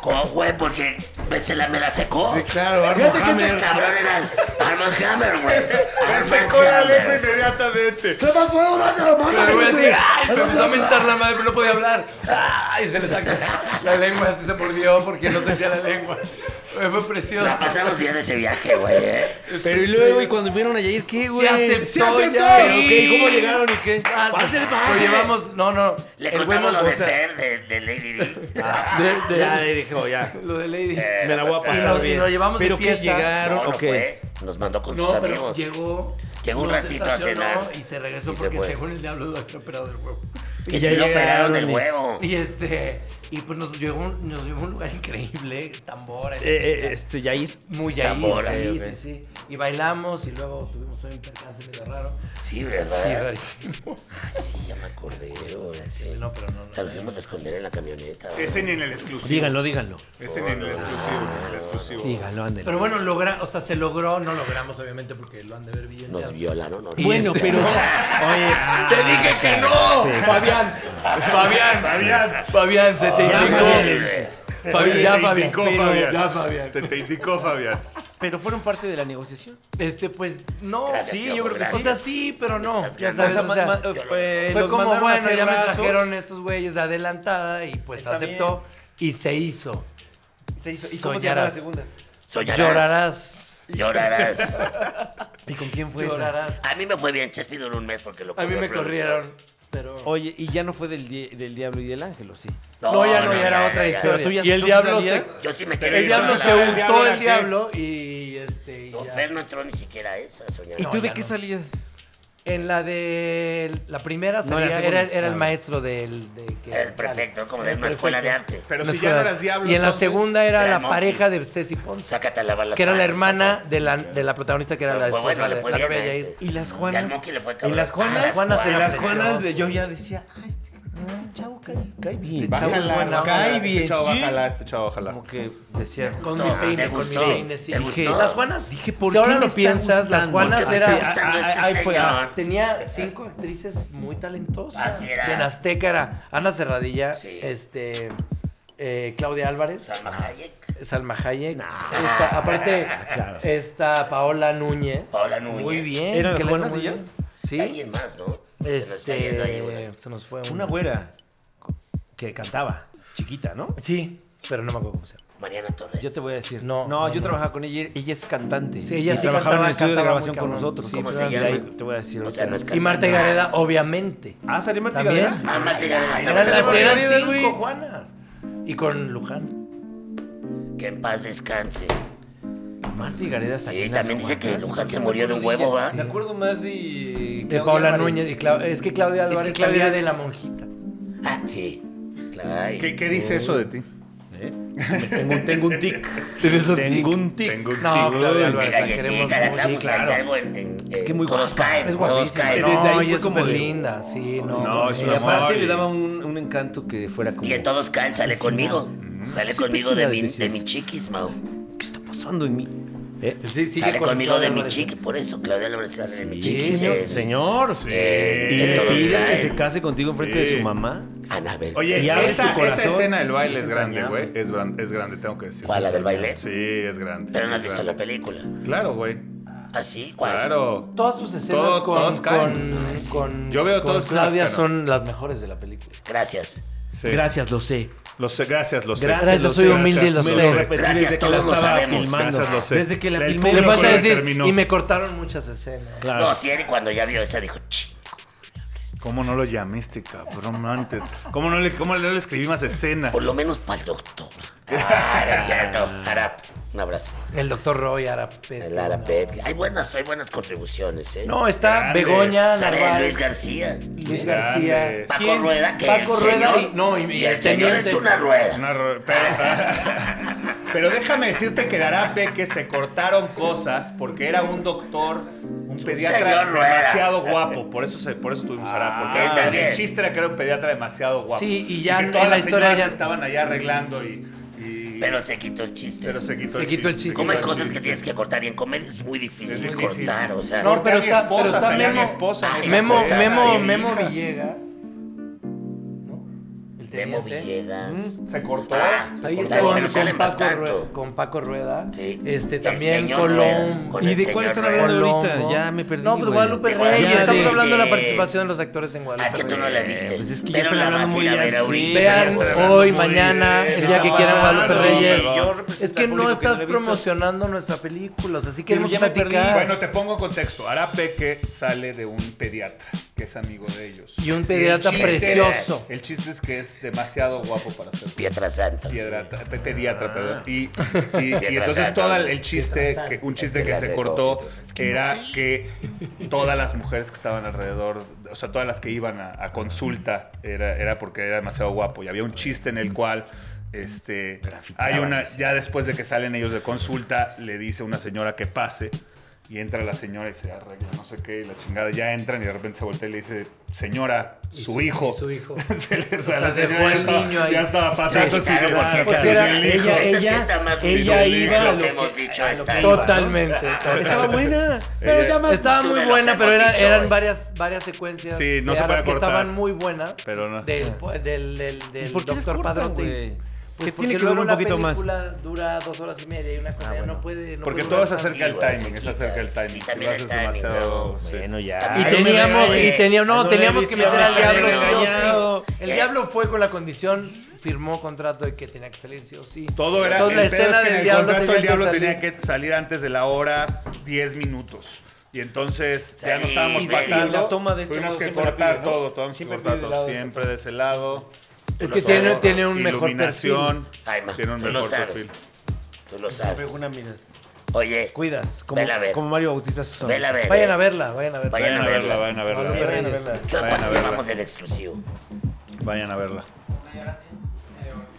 Como, güey, porque Ese la, me la secó. Sí, claro, Armand Fíjate que Hammer. este cabrón era Armand Hammer, güey. Me Armand secó la Hammer. lengua inmediatamente. ¿Qué más fue una de la mano, Pero voy a güey? decir, ay, me Al empezó a otro- mentar la madre, pero no podía hablar. Ay, se le sacó la lengua, así se mordió porque no sentía la lengua. Fue fue precioso. La pasamos bien ese viaje, güey. eh. Pero y luego, y cuando vieron a Yair, ¿qué, güey? Se aceptó, Se aceptó. ya. Pero, ¿qué? ¿Cómo llegaron y qué? Ah, pues, Pásale, lo pásale. llevamos, no, no. Le el güey contamos lo nos- de o sea, Fer, de, de Lady Di. de- de- eh. Ya, oh, dijo, ya. lo de Lady. Eh, Me la voy a Y pasar nos, y bien. nos llevamos Pero de que fiesta. llegaron, No, no ok. fue. Nos mandó con No, sus pero pues, amigos. llegó. Llegó un nos ratito a estacionó cenar Y se regresó y se porque fue. según él le habló de otro operado del huevo. Que Y se ya lo operaron llegaron el y- huevo. *laughs* Y este, y pues nos llevó, un- nos llevó a un lugar increíble, tambora. y la Eh, eh, chingada. este, Yair. Muy ahí, tambora, sí, ok. sí, sí. Y bailamos y luego tuvimos un percance medio raro. Sí, Sí, ¿verdad? rarísimo. Ay, sí, ya me acordé. Ahora sí. No, pero no, no. Hasta nos fuimos a esconder en la camioneta. güey. Ese ni en el exclusivo. Díganlo, díganlo. Ese ni en el exclusivo. ni en el exclusivo. Díganlo, ándale. Pero bueno, logra, o sea, se logró, no logramos obviamente porque lo han de ver bien. Nos *laughs* violaron. ¿no? Bueno, este- pero. Oye, Ah, Te dije que no, Fabián. Fabián. Fabián. Fabián, se te Ah, Ya, indicó. Fabián. Fabián, ya, Se te Fabián. indicó, Fabián. Ya, Fabián. Se te indicó, Fabián. pero fueron parte de la negociación. Este, pues, no. Gracias, Sí, tío, yo creo que sí. O gracias. sea, sí, pero no. Ya O sabes, sea, o sea, ma- ma- eh, fue los como, mandaron a bueno, hacer ya me brazos. trajeron estos güeyes de adelantada y pues Está aceptó y se hizo. Se hizo- ¿Y cómo se llama la Sollaras. segunda? Soñarás. Llorarás. *laughs* Llorarás. ¿Y con quién fue esa? Llorarás. A mí me fue bien. Chespi duró un mes porque lo A mí corrió me el productor. corrieron, pero... Oye, y ya no fue del, di- del Diablo y del Ángel, ¿o sí? No, ya no, ya era otra ya. historia. Pero tú ya Y el tú diablo salías. se- Yo sí me quedé. El diablo entonces, se a ver, untó ¿diablo era el qué? diablo y este... y No, ya. Fer no entró ni siquiera a esa, soñarás. ¿Y tú No, de ya qué no. salías? En la de... La primera No, la salía- segunda. era, era el Ah. maestro del... de que- El prefecto, como de El una escuela de prefecto. arte. Pero Una si ya escuela no de- eras diablo. Y en la entonces, segunda era era la Monty. pareja de Ceci Ponce, Sácate a lavar las que era la manos, hermana papá. de la, de la protagonista que era la Pues bueno, esposa le de fue la bien novia a Yair. ese. ¿Y las Y al Juanas? Moqui le fue cabrón. ¿Y las Juanas? Ah, las Juanas ¿Y eran las Juanas? preciosas. yo ya decía, ah, este, este chavo cae, cae bien. Este chavo es Chavo, buena cae onda. bien, Este chavo, sí. ojalá, este chavo, ojalá. Como que decía... Con gustó, mi ¿te peine, con mi gustó? peine, sí. ¿Te Dije, gustó? Las Juanas, Dije, ¿por si qué ahora me lo está piensas, gustando? las Juanas Porque era... me está gustando ah, este ahí fue, señor. Tenía cinco actrices muy talentosas. Así era. Que en Azteca era Ana Serradilla, Sí. este, eh, Claudia Álvarez, Salma Hayek. Salma Hayek. esta- aparte, esta Paola Núñez. Paola Núñez. Muy bien. ¿Eran las que le ha ido Juanas muy ellas? bien. ¿Sí? Sí. Alguien más, ¿no? Se nos está yendo ahí, güey. Este, se nos fue Una güera que cantaba, chiquita, ¿no? Sí, pero no me acuerdo cómo se llama. Mariana Torres. Yo te voy a decir. No, No, no, yo no. trabajaba con ella. Ella es cantante. Sí, ella y sí trabajaba en cantaba, el estudio de cantaba muy grabación con cabrón. nosotros. Sí, ¿Cómo pero se Y llama? ahí te voy a decir. O sea, no es Y Marta cantante. Gareda, obviamente. Ah, salió Marta También. Gareda? Ah, Marta Gareda. está Eran, las, buena. eran Gareda, cinco güey. Juanas. Y con Luján. Que en paz descanse. Marta Gareda salió. Sí, en las también dice que Juanas. Luján se murió de un huevo, ¿va? Me acuerdo más de. De Claudia Paola Álvarez. Núñez. Y Clau- es que Claudia Álvarez Claudia salía es- de la monjita. Ah, sí. Claro. ¿Qué, qué dice eso de ti? *laughs* Tengo, un- tengo un tic. Tengo un tic. Tengo un No, tic. Claudia Álvarez, Mira, la y aquí queremos mucho. Galacamos, sí, claro. hay algo en- en- Es que en muy todos guapa. caen, Es todos guapísima. caen. Desde No, ahí fue ella es como súper de- linda. Sí, no. No, es Y un amor. aparte le daba un, un encanto que fuera como. Y en todos caen, sale conmigo. Sale Siempre conmigo sí de la mi, de decías. mi chiquis, Mau. ¿Qué está pasando en mí? ¿Eh? Sí, sigue Sale con conmigo Claudia de mi Álvarez. chiquis. Por eso Claudia Álvarez sale de mi Sí, chiquis. señor. en- Señor. eh, ¿Y en le todos pides que caen. se case contigo enfrente Sí. de su mamá? Anabel. Oye, Y abres esa, tu corazón. esa escena del baile es Es grande, güey. entrañable. Es, gran- es grande, tengo que decir. ¿Cuál, la del baile? Sí, es grande. Pero no has es visto la grande. película. Claro, güey. ¿Así? ¿Cuál? Claro. Todas tus escenas Todo- con, todos caen. con- con- Yo veo con todos Claudia caen, pero- son las mejores de la película. Gracias. Sí. Gracias, lo sé. Lo sé, gracias, lo sé. Gracias, lo soy sé. humilde y lo Me sé. repetí Gracias, desde que la todos lo estaba sabemos. filmando. Gracias, lo sé. Desde que la El filmé. Le público falta ya decir, terminó. y me cortaron muchas escenas. Claro. No, si Eri cuando ya vio esa dijo, "Chi". ¿Cómo no lo llamé este cabrón antes? ¿Cómo no le, cómo no le escribí más escenas? por lo menos para el doctor. Ah, no es cierto. Arap, un abrazo. El doctor Roy Arapet. El Arapet. Hay buenas, hay buenas contribuciones, ¿eh? No, está Grandes. Begoña, Sale Narváez, Luis García. Luis García. Grandes. Paco ¿Quién? Rueda, que Paco el Rueda señor- y- no, y- y el, el este señor teniente. es una rueda. Una ro- pero, *laughs* pero déjame decirte que Darape que se cortaron cosas porque era un doctor, un pediatra señor Rueda. demasiado guapo. Por eso, se, por eso tuvimos a Darape. Porque Ah, está el bien. chiste era que era un pediatra demasiado guapo. Sí, y ya que en todas la las historia señoras ya- estaban allá arreglando y. y- Pero se quitó el chiste. pero se quitó Se el quitó el chiste. chiste. Como ¿Cómo hay cosas que tienes que cortar y en comer es muy difícil, Es difícil. cortar, o sea. No, No, pero pero a mi está- pero esposa, está salía a mi Memo- esposa. Ah, en esa Memo, foto, Memo, salía mi Memo hija. Villegas. ¿no? El Memo Independiente. Villegas. Se Mm. cortó. Ah, se ahí cortó. está. Con, Con, con Paco Rueda, con Paco Rueda. Sí. Este, El también señor Colón. Rueda, con ¿Y el de cuál señor están Rueda. hablando ahorita? Colombo. Ya me perdí. No, pues güey. Guadalupe De Reyes. Guadalupe Estamos Reyes. hablando de la participación de los actores en Ah, es Guadalupe. que tú no la viste. Pues es que ya pero están la hablando vas a muy ir a ver así. ahorita. Vean Hasta la- hoy, Muy mañana, bien. el día que Está quieran Guadalupe pasando, Reyes. perdón. Es que no estás promocionando nuestra película, o sea, sí queremos ya me perdí. platicar. Bueno, te pongo en contexto. Arapeque sale de un pediatra que es amigo de ellos. Y un pediatra El chiste era- precioso. El chiste es que es demasiado guapo para ser Pietra Santa. piedrata- pe- Ah. pediatra, perdón. *laughs* Y, y- y Piedrasanta. entonces todo el, el chiste, Piedrasanta. que, un Es chiste que que la se secó, cortó entonces. era que todas las mujeres que estaban alrededor, o sea, todas las que iban a, a consulta, era, era porque era demasiado guapo. Y había un chiste en el cual... Este, hay una, ya después de que salen ellos de consulta, le dice una señora que pase y entra la señora y se arregla, no sé qué, y la chingada, ya entran y de repente se voltea y le dice, señora, Y su, hijo. Su hijo. *laughs* Se le- o sea, sea, la dejó señora ya al estaba- niño ahí. ya estaba pasando Sí, sin claro, el- porque sin era- el ella- hijo. Esta sí ella- está más ella viril, iba a lo lo que que- hemos dicho a lo hasta que ahí. iba. Totalmente. Estaba buena. Pero Ella- nada más. Estaba muy Tú buena, las pero hemos eran, dicho eran hoy. varias, varias secuencias. Sí, no de se puede Arab que cortar. Estaban muy buenas. Pero no. Del, del, del, del ¿Por qué les doctor cortan, Padrote. güey? Pues Que tiene porque que durar luego un una poquito más. película dura dos horas y media y una cosa Ah, ya no bueno. puede. no Porque puede todo durar se acerca al tanto. timing, se acerca al timing. Y Si también lo haces el timing, demasiado. ¿no? sí. Bueno, ya. Ay, Y no me teníamos, vayas. y teníamos, no, No le teníamos viste, que meter no al te diablo había sí o engañado. sí. El ¿Qué? diablo fue con la condición, firmó contrato de que tenía que salir sí o sí. Todo era. Entonces, la el pedo es que escena en del el diablo contrato tenía el que diablo salir. tenía que salir antes de la hora 10 minutos. Y entonces ya no Sí, estábamos y la pasando. toma de este Tuvimos modo que siempre la cortar pide, ¿no? todo, tuvimos que Siempre cortar pide del todo. lado de ese Siempre de ese lado. Es que tiene, sabor, tiene un mejor perfil. Iluminación. Ay, ma, Tiene un tú lo mejor sabes. perfil. Tú lo Siempre sabes. una mirada. Oye, Cuidas, como, Vela a ver. como Mario Bautista Susana. vela a ver. Vayan eh. a verla, vayan a verla. Vayan Vayan a a verla, verla. vayan a verla. Sí, vayan a verla. Vayan a Llevamos verla. el exclusivo. Vayan a verla.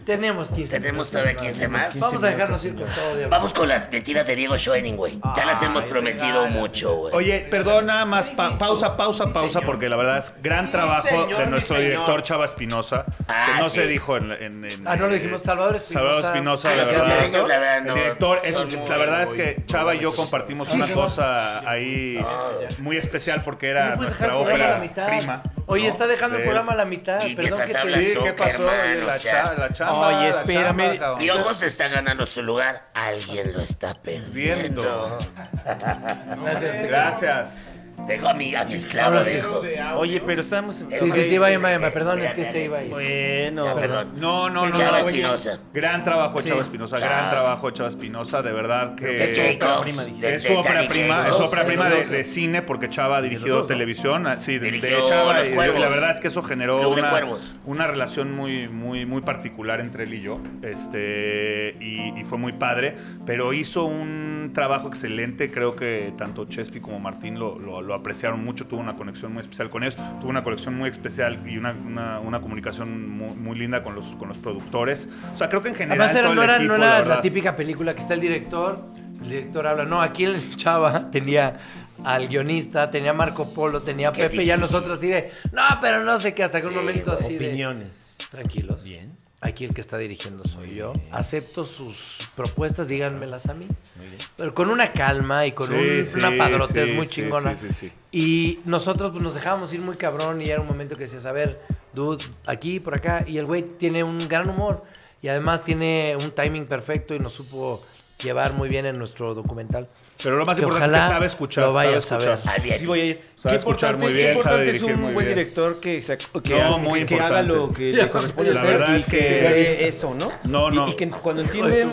Tenemos 15 Tenemos minutos todavía más. 15 más. Vamos a dejarnos ir con todo diablo. Vamos con las mentiras de Diego Schoening, güey. Ya las hemos prometido mucho, güey. Oye, perdón, nada más, pa- pausa, pausa, pausa, porque la verdad es gran trabajo de nuestro director Chava Espinosa, Ah, que no sí. se dijo en, en- en- Ah, no lo eh, dijimos, Salvador Espinosa. Salvador Espinosa, Ah, la los verdad. brasileños, la verdad, no. el director, es- Son muy la verdad es que Chava y yo compartimos una cosa ahí muy especial porque era ¿Me Ah, puedes dejar nuestra el programa a la ópera mitad? prima. Oye, ¿no? está dejando el De- programa a la mitad. Y Perdón mientras que te hablas Sí, tú. ¿qué pasó? Oye, hermano, o la, sea. cha- la chamba, Oye, la espérame. chamba, cabrón. Diogo se está ganando su lugar. Alguien lo está perdiendo. Viendo. Gracias. Gracias. Tengo a mi, a mi esclavo, Ahora sí. dijo. Oye, pero estábamos en. Sí, sí, sí, vaya, vaya, vaya, Eh, perdón, es que espérame, se iba ahí. Bueno. Ya, perdón. No, no, no. Chava no, güey. Espinosa. Gran trabajo, Chava Espinosa. Gran Chava. trabajo, Chava Espinosa. De verdad De que. Jacobs. prima, de- Es de su ópera Danny prima, Jacobs. es ópera prima de, de cine porque Chava ha los dirigido dos, ¿no? televisión, ah, sí, de, de Dirigió Chava Los y, Cuervos. la verdad es que eso generó Club de una, Cuervos. una relación muy, muy, muy particular entre él y yo, este y, y fue muy padre, pero hizo un trabajo excelente, creo que tanto Chespi como Martín lo, lo- lo apreciaron mucho, tuvo una conexión muy especial con ellos, tuvo una conexión muy especial y una, una- una comunicación muy, muy linda con los, con los productores, o sea, creo que en general Además, era- todo el no era, equipo, no era la la, verdad, típica película que está el director, el director habla. No, aquí el chava tenía al guionista, tenía a Marco Polo, tenía a Qué Pepe y a difícil. nosotros así de, no, pero no sé qué, hasta que un Sí, momento así de... Opiniones. Tranquilos. Bien. Aquí el que está dirigiendo soy yo. Acepto sus propuestas, díganmelas a mí. Pero con una calma y con Sí, un- sí, una padrotez sí, muy sí, chingona. sí, sí, sí. Y nosotros pues, nos dejábamos ir muy cabrón y era un momento que decías, a ver, dude, aquí, por acá. Y el güey tiene un gran humor y además tiene un timing perfecto y nos supo llevar muy bien en nuestro documental. Pero lo más Que importante es ojalá que sabe escuchar, lo vayas sabe a escuchar. ver. Alguien. Sí, voy a ir. Sabe escuchar muy bien, qué importante sabe es dirigir un muy buen bien. director que, se ac- que, No, haga- muy que- que haga importante. lo que le corresponde La hacer verdad y es que- dé eso, ¿no? No, Y- no. Y, que cuando entienden,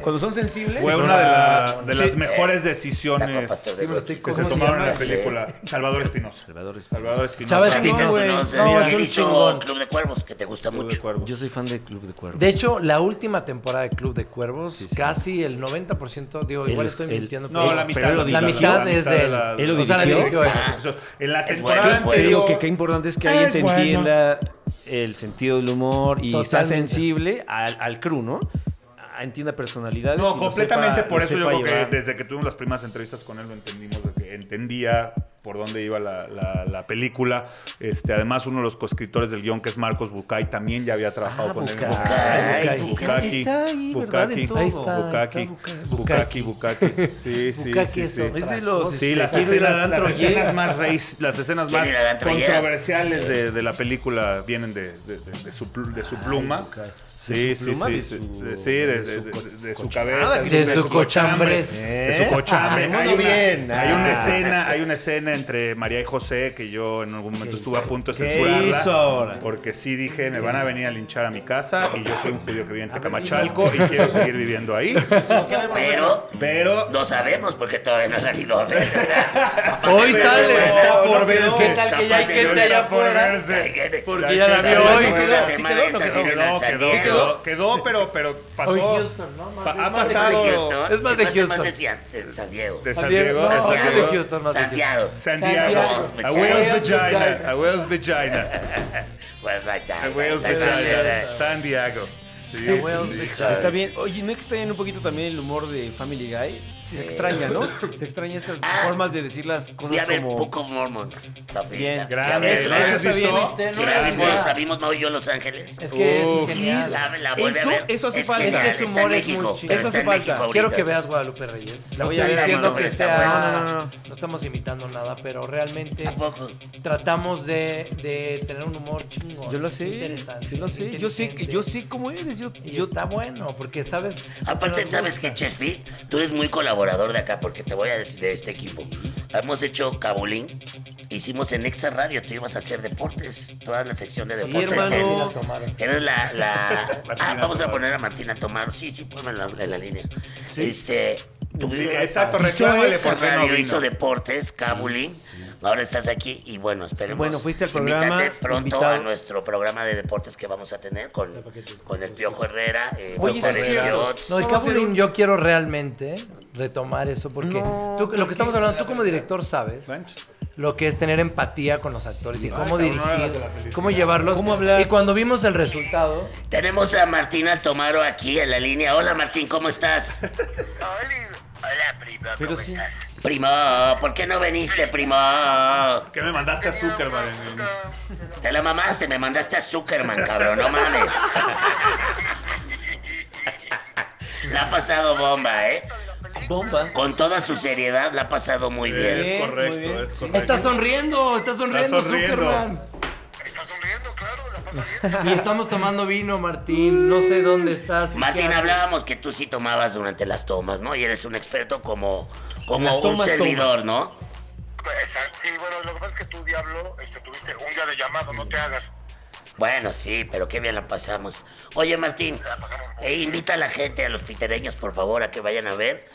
cuando son sensibles, Fue una de, la- de las mejores Taco decisiones pastor de Sí, me lo estoy que ¿Cómo se se tomaron en llama? la película. Salvador Espinosa. Salvador Espinosa. Salvador Chava Espinosa. Espinosa. Capitán, No, güey. no, sé, No, ya es un hizo chingón. Club de Cuervos, que te gusta mucho. yo soy fan de Club de Cuervos. De hecho, la última temporada de Club de Cuervos, Sí, sí. casi el 90%, digo, El- igual estoy el- mintiendo. No, pero- la mitad. Pero lo la dirigió. mitad es de él. la- Él lo O sea, la dirigió. dirigió él. Ah, En la Es temporada bueno, es bueno. Pero anterior. que qué importante es que Es alguien te bueno. entienda el sentido del humor y sea Totalmente. sensible al, al crew, ¿no? A- Entienda personalidades. y No, lo completamente sepa- por lo eso yo sepa creo que llevar. desde que tuvimos las primeras entrevistas con él lo entendimos, de que entendía por dónde iba la, la- la película. Este, además, uno de los coescritores del guión, que es Marcos Bucay, también ya había trabajado con él. Bucay, Bucay, Bucay. Está ahí, ¿verdad? En Bucaki, todo. Ahí está, Bucaki, está Bucaki, Bucaki. Sí, sí, Bucaki sí, es sí. otro. Es de los. Sí, las quiero ir al escenas, antro, las yeah. escenas más raíz, las escenas Quiero más ir al antro, yeah. controversiales de, de la película vienen de, de- de- de su, plu- de su pluma. Sí, ¿De su sí, pluma? sí, ¿De sí, su- de- sí, de, de- de su de- de su cabeza, De su cochambre. de su cochambre. Ah, Hay muy una, bien. hay una Ah. escena, hay una escena entre María y José que yo en algún momento estuve a punto de ¿Qué censurarla. hizo ahora? Porque sí dije, me van a venir a linchar a mi casa y yo soy un judío que vive en Tecamachalco y quiero seguir viviendo ahí. Pero Pero no sabemos porque todavía no ¿eh? salió. *laughs* Hoy Pero sale. está por ¿Qué verse. tal que ya hay Capaz gente señorita allá por afuera? verse. Porque ya la vio Quedó, hoy. quedó, Sí sí quedó, sí quedó, quedó, quedó, quedó, sí quedó, quedó. quedó, quedó, pero, pero pasó. Hoy Houston, ¿no? Más pa- de- ha más de pasado Es más de Houston. Es más de San Diego. de San San Diego, Diego, no, de Santiago. San más de Diego, Houston, más de Houston. Santiago. San Santiago. Diego, a whale's vagina, Vagina. a whale's vagina, Pues vaya. a whale's vagina, San Diego. Sí, sí, whale's sí. vagina. Está bien. Oye, ¿no extrañan un poquito también el humor de Family Guy? Se extraña, ¿no? Se extraña estas formas de decir las Fui a cosas ver como... Book of Mormon. también. Bien. Fui a Grande, ver, Eso, ¿lo ¿no? eso has está visto? bien, este, Sí, no, la Grande. vimos, la vimos Mau y yo en Los Ángeles. Es que es Uf. genial. La, la volví Eso- a ver. eso hace Es falta. genial, Este está humor en es muy México. chido. Está Eso hace en falta. México ahorita. Quiero que veas Guadalupe Reyes. La No voy estoy a ver, diciendo mano, que pero está Ah, sea. buena. No, estamos imitando nada, pero realmente Tampoco. tratamos de, de tener un humor chingón. Yo lo sé, Interesante. yo lo sé, yo sé, que- yo sé cómo eres, yo, Y yo está bueno, porque sabes. Aparte, nos ¿sabes gusta. que Chespi? Tú eres muy colaborador de acá porque te voy a decir de este equipo. Hemos hecho Cabulín, hicimos en Exa Radio, tú ibas a hacer deportes, toda la sección de deportes. hermano. en- Eres *laughs* la... la... Ah, vamos a poner a Martina Tomar. Sí, sí, ponme en la, en la línea. Este... tú- Exacto, Hizo reclámale Exa por qué no Radio, hizo vino. deportes, Cabulín. Ahora estás aquí y bueno, esperemos. Bueno, fuiste al programa, Invítate pronto invitado. a nuestro programa de deportes que vamos a tener con, con el Piojo Herrera. eh, Oye, Doctor sí es cierto. Eliot. No, de Vamos a hacer Cabulín un- yo quiero realmente retomar eso porque No, tú, lo que estamos hablando, tú como director sabes lo que es tener empatía con los actores y cómo dirigir, cómo llevarlos, ¿Cómo hablar? Y cuando vimos el resultado, Tenemos a Martín Altomaro aquí en la línea. Hola Martín, *laughs* ¿cómo estás? Hola, primo. Pero sí, Primo, ¿por qué no viniste, primo? ¿Qué me mandaste a Zuckerberg? en el- Te la mamaste, me mandaste a Zuckerman, cabrón, no mames. La ha pasado bomba, ¿eh? bomba. Con toda su seriedad la ha pasado muy bien. Es muy correcto, bien. es correcto. está sonriendo, está sonriendo, sonriendo. Zuckerman. Está sonriendo, claro, la pasa *laughs* bien. Y estamos tomando vino, Martín, no sé dónde estás. y qué Martín, haces. hablábamos que tú sí tomabas durante las tomas, ¿no? Y eres un experto como, como Las un tomas, servidor, ¿no? Exacto, sí, bueno, lo que pasa es que tú, Diablo, este, tuviste un día de llamado, no Mm. te hagas. Bueno, sí, pero qué bien la pasamos. Oye, Martín, eh, invita a la gente, a los pitereños, por favor, a que vayan a ver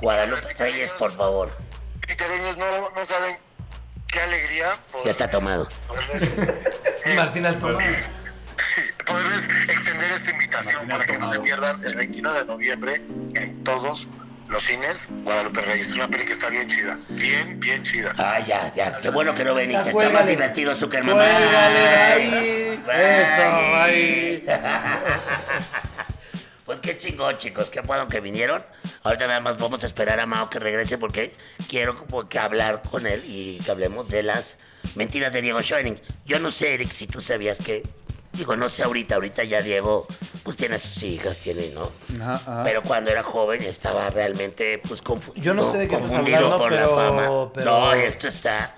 Guadalupe Reyes, por favor. Pitereños no, no saben qué alegría Ya poder- está tomado. *laughs* poderles, *laughs* Y *laughs* Martín al tomar. poderles extender esta invitación para que no se pierdan el 29 de noviembre en todos los cines Guadalupe Reyes. Es una peli que está bien chida, bien, bien chida. Ah, ya, ya. Qué bueno que no venís. Está más Cuélgale. divertido su que Cuélgale, bye. Eso, bye. *laughs* Pues qué chingón, chicos. Qué bueno que vinieron. Ahorita nada más vamos a esperar a Mao que regrese porque quiero como que hablar con él y que hablemos de las mentiras de Diego Schoening. Yo no sé, Eric, si tú sabías que... Digo, no sé ahorita. Ahorita ya Diego, pues tiene a sus hijas, tiene, ¿no? Pero cuando era joven estaba realmente, pues, confu- Yo no sé de qué estás confundido hablando, por pero- la fama. pero- No, esto está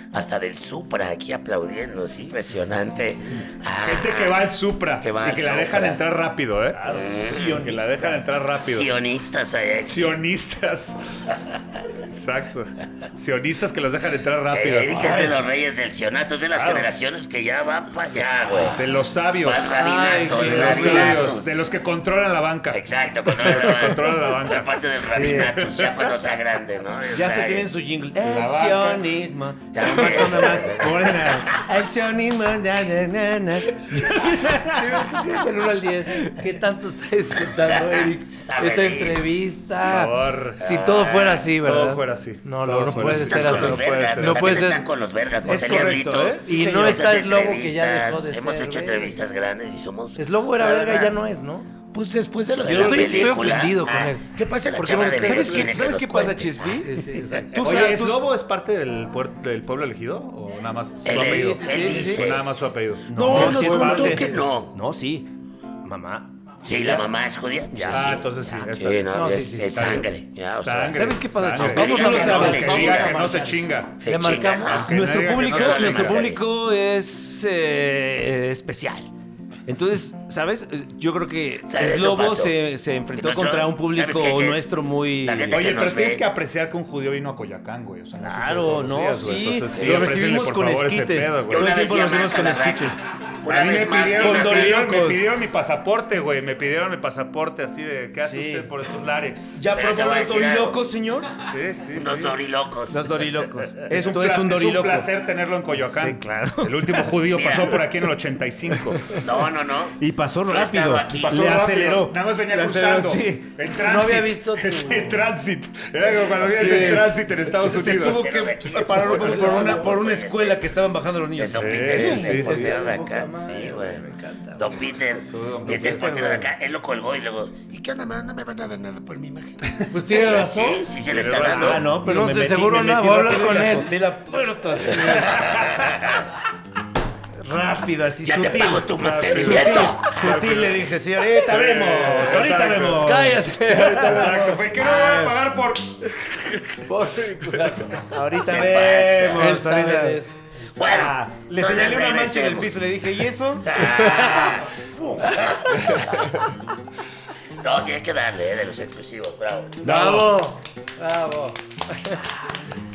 hasta del Supra aquí aplaudiendo. Es impresionante. Ah, Gente que va al Supra Que va y al que la dejan Supra. entrar rápido, ¿eh? Que la dejan entrar rápido. Sionistas allá. Sionistas. Exacto. Sionistas que los dejan entrar rápido. Eh, dices de los reyes del sionato, es de las Claro. generaciones que ya van para allá, güey. De los sabios. Van rabinatos, De Ay, los rabinatos. sabios. De los que controlan la banca. Exacto, *laughs* controla la banca. Controla la banca. Ser parte del rabinato, ya cuando sea grande, ¿no? O Ya sea, se tienen eh, su jingle. La El vaca. sionismo. *laughs* Ya. Nada más, nada *laughs* más. Ordena. El sionismo. na, na, na, na. Del 1 al 10, ¿qué tanto está *laughs* disfrutando, Eric? A ver, Esta Eric. entrevista. Por favor. Si todo fuera así, ¿verdad? Todo fuera así. No, Todo no, no fuera puede así. Están ser con así. los vergas, No puede también ser. están con los vergas, Es Motelia correcto, Brito. ¿eh? Sí, Y señor. no Hemos está hecho el lobo que ya dejó de entrevistas, Hemos ser, hecho güey. entrevistas grandes y somos... Es lobo era la verga, verdad, ya no es, ¿no? Pues después de lo de Yo la estoy- estoy película, ofendido con ah, él. ¿Qué pasa en la Porque chava no- de ¿Sabes Medellín qué, que ¿sabes nos qué pasa, cuente? Chispi? Sí, exacto. Tú Oye, sabes- ¿es tú- Lobo es parte del, puer- del pueblo elegido o nada más su Él es, apellido? él dice. ¿O nada más su apellido. No, sí nos es contó parte. que no. No. No, sí. Mamá. Sí, la mamá es judía. ah, sí. entonces sí. es- Sí, no, No, sí, es, sí, es está bien. sangre. Ya, o sea, Sangre, ¿sabes qué pasa, Chos? sangre. Vamos a los Que no aves, se vamos chinga, a que no los se aves. chinga. se ¿Le chingan, marcamos? aunque no Nuestro diga que público, no sabe nuestro marcar. público es eh, especial. Entonces, ¿sabes? Yo creo que ¿Sabes? Eso Slobo pasó. se, se enfrentó Pero yo- contra un público ¿sabes qué? Que nuestro muy... la gente- Oye, que nos pero tienes ve. que apreciar que un judío vino a Coyacán, güey. O sea, no sucede Claro, todos los no, güey. sí. Entonces, Lo aprécienle, recibimos por con favor, ese esquites. pedo, güey. Todo el Una tiempo vez lo hacemos llamando con a la esquites. radio. A Una mí me vez más, pidieron, me con pidieron, dolientes. me pidieron mi pasaporte, güey. Me pidieron mi pasaporte así de, ¿qué hace Sí. usted por estos lares? ¿Ya Pero te probó voy a los decir algo. dorilocos, señor? Sí, sí, unos sí. dorilocos. Los dorilocos. Es Esto un es pla- un doriloco. Es un placer tenerlo en Coyoacán. Sí, claro. El último judío Mira. pasó por aquí en el 85. No, no, no. Y pasó No he estado rápido. aquí. Y Pasó Le rápido. aceleró. Nada más venía Le aceleró, cruzando. sí. En tránsito. No había visto tu- *laughs* En tránsito. Era como cuando vienes Sí. en tránsito en Estados Se Unidos. tuvo que parar por, por una, por una escuela que estaban bajando los niños. Es Don Sí, Peter, es el sí, sí. portero de acá. Poca madre, Sí, güey. me encanta, Don Peter Don es Peter, el portero de güey. acá. Él lo colgó y luego, ¿y qué onda, man? No me van a dar nada por mi imagen. Pues tiene razón. Sí, sí se le está Tiene razón. dando. Ah, no, pero No me sé, metí- seguro me no, metí voy a hablar rápido con y la él. solté la puerta así. rápido, así Ya te sutil. pago tu Sutil, mantenimiento. sutil, le dije, sí, ahorita vemos, ahorita Exacto. vemos. Cállate. Exacto. Fue que no me van a pagar por... Pobre Nicolás. Ahorita Se vemos, Él sabe ahorita. de eso. Bueno, Ah, le entonces señalé una mancha en el regresemos. piso, le dije, ¿y eso? *laughs* Ah. *laughs* No, sí hay que darle, eh, de los exclusivos, bravo. Bravo. Bravo.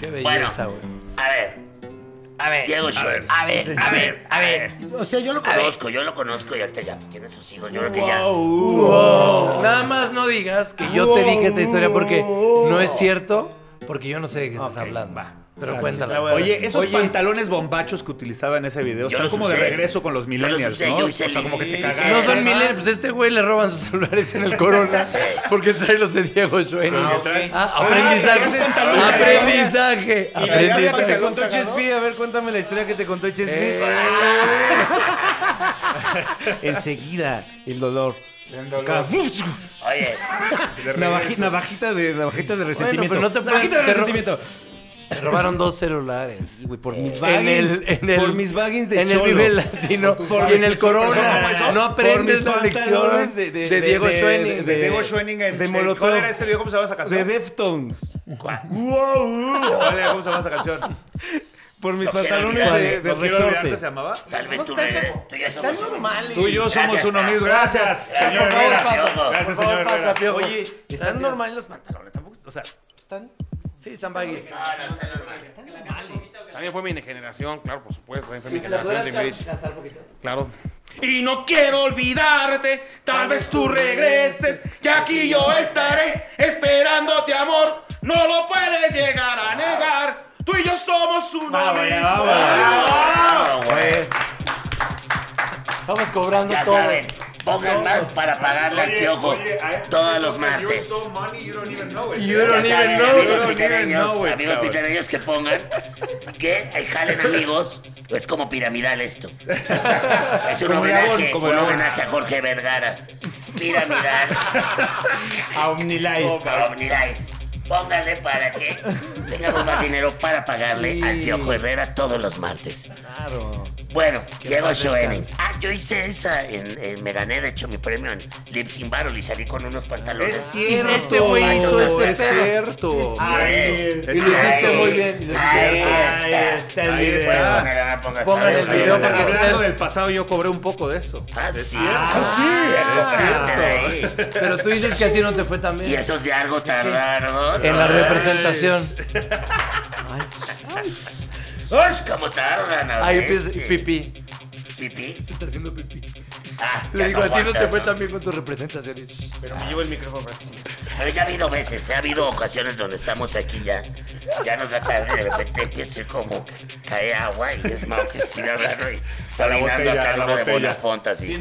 Qué Bueno, belleza, güey. a ver. A ver, Diego Schoen. ver. A ver, a ver, a ver. O sea, yo lo A ver. conozco. Conozco, yo lo conozco y ahorita ya pues, tiene sus hijos. Yo creo que ya. Uh. Nada más no digas que yo te dije esta historia porque no es cierto, porque yo no sé de qué estás hablando. Pero cuéntala. Oye, esos Oye. pantalones bombachos que utilizaba en ese video Yo están los como de usé. regreso con los Yo los millennials, usé, ¿no? yo O hice sea, el- como que te sí, cagaron. No son millennials, pues este güey le roban sus celulares en el corona porque trae los de Diego Schoen. Ah, ok. Ah, aprendizaje. Ah, aprendizaje. Y la historia que te Aprendizaje. contó Chespi, a ver, cuéntame la historia que te contó Chespi. Eh, Enseguida, el dolor. Acá, ¡uf! Oye, Navaji- navajita de navajita de resentimiento. pero no te pueden- navajita de te ro- resentimiento. Me robaron dos celulares. Güey, por mis En baggins. el, en el- por mis baggins de En cholo. el Vive Latino. y en el Corona. No aprendes Por mis la lección pantalones de, de- de- de- Diego de- Schoening. De de- Diego Schoening en- de en- Molotov. ¿Cuál era ese video? ¿Cómo se llama esa de canción? Deftones. ¿Cuál era? ¿Cómo se llama esa canción? Por mis No quiero pantalones olvidar. de, de No quiero olvidarte, resorte. ¿Se llamaba? tal vez tú, Pues está me- tan- tú ya Está somos uno. normal. Tú y yo somos Gracias, uno Fran. mismo. Gracias, señor Por favor, Herrera. pasa. Gracias, Por favor, señor pasa, Herrera. Piojo. Oye, están están normales normales los pantalones. Tampoco, o sea, están. Sí, están baggy. También fue mi generación, claro, por supuesto. También fue mi ¿La generación de podrás Mirich. cantar poquito? Claro. Y no quiero olvidarte, tal vez tú regreses, que aquí yo estaré esperándote, amor. No lo puedes llegar a negar. Tú y yo somos uno mismo. Estamos cobrando Ya todo. sabes, pongan más para pagarle al piojo todos los martes. You don't Ya even saben, know. amigos pitereños, amigos pitereños que pongan que ahí jalen amigos. Es como piramidal esto. Es un Como de homenaje, Avon, como un de Avon. homenaje a Jorge Vergara. *laughs* Piramidal. A Omnilife. Pero, mira, Póngale para que tengamos más dinero para pagarle Sí. al Piojo Herrera todos los martes. Claro. Bueno, Diego paz Schoening. descanse. Ah, yo hice esa. en- en- me gané, de hecho, mi premio en Lipsin Barrel y salí con unos pantalones. cierto. Este güey hizo ese Es pedo. cierto. Y Y lo hiciste muy bien. y lo Ahí hiciste. está. Ahí está el Ahí video. está. Bueno, nada, ponga- Pongan el Pues ahí video está. para que Hablando ustedes- del pasado, yo cobré un poco de eso. Ah, sí. Ah, sí, es cierto. Pero tú dices que a ti no te fue tan Y bien. esos de algo tardaron. En la representación. ¡Ay, cómo tardan! a Ahí veces. empieza pipí. Pipí. Se está haciendo pipí. Ah, Le ya digo, a ti no te aguantas, fue tan bien con tus representaciones. Pero ya ha habido veces, ha habido ocasiones donde estamos aquí ya, ya nos da tarde, de repente empieza como cae agua y es malo que estoy hablando y está A la orinando botella, acá a la uno de botella. Bonafont así.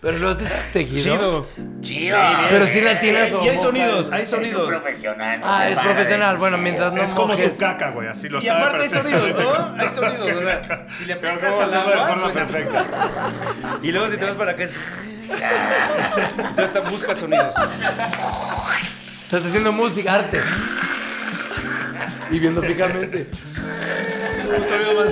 Pero lo haces seguido. Chido. Chido. Pero sí latinas o Y hay mojas. sonidos, hay Es un sonidos. profesional. no Ah, se es para de profesional. sus Bueno, ideas. mientras no Es como mojes. tu caca, güey. Así lo Y sabe aparte hay sonidos, perfectamente. ¿no? Hay sonidos. o sea, si le Pero aplicas ¿cómo al hacerlo de agua, forma suena- perfecta? Y luego si te vas para acá es... Entonces te buscas sonidos. Estás haciendo música, arte. Y viendo picamente. Un sonido más...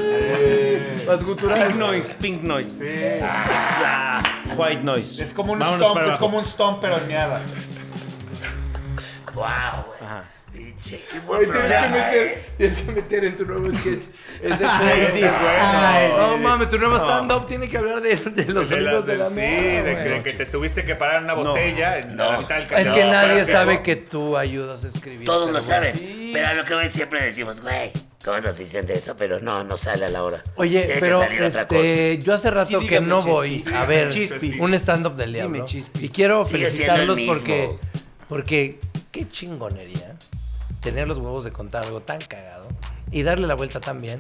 Vas Pink gutural. noise, pink noise. Ah, White noise. Es como un Vámonos stomp, para es abajo. como un stomp, pero en meada. Guau, güey. Pinche, qué buen Güey, Tienes que programa, ¿eh? meter, tienes que meter en tu nuevo sketch. Ese Ay, sí, es bueno. Ay, sí, No sí. mames, tu nuevo stand-up tiene que hablar de, de los De sonidos las- de, de- la sí, mierda, de que, güey. de que te tuviste que parar en una botella en la mitad del Es camino. que No, nadie pero sí, sabe ¿no? que tú ayudas a escribir. Todos pero lo bueno. saben. Pero a lo que hoy siempre decimos, güey, ¿cómo nos dicen de eso? Pero no, no sale a la hora. Oye, Tiene que pero salir otra este, yo hace rato que dígame, no Chispis. voy a Dígame, ver Chispis. un stand-up del Dime, diablo. Chispis. Y quiero Sigue siendo el felicitarlos porque, mismo. porque qué chingonería tener los huevos de contar algo tan cagado y darle la vuelta tan bien.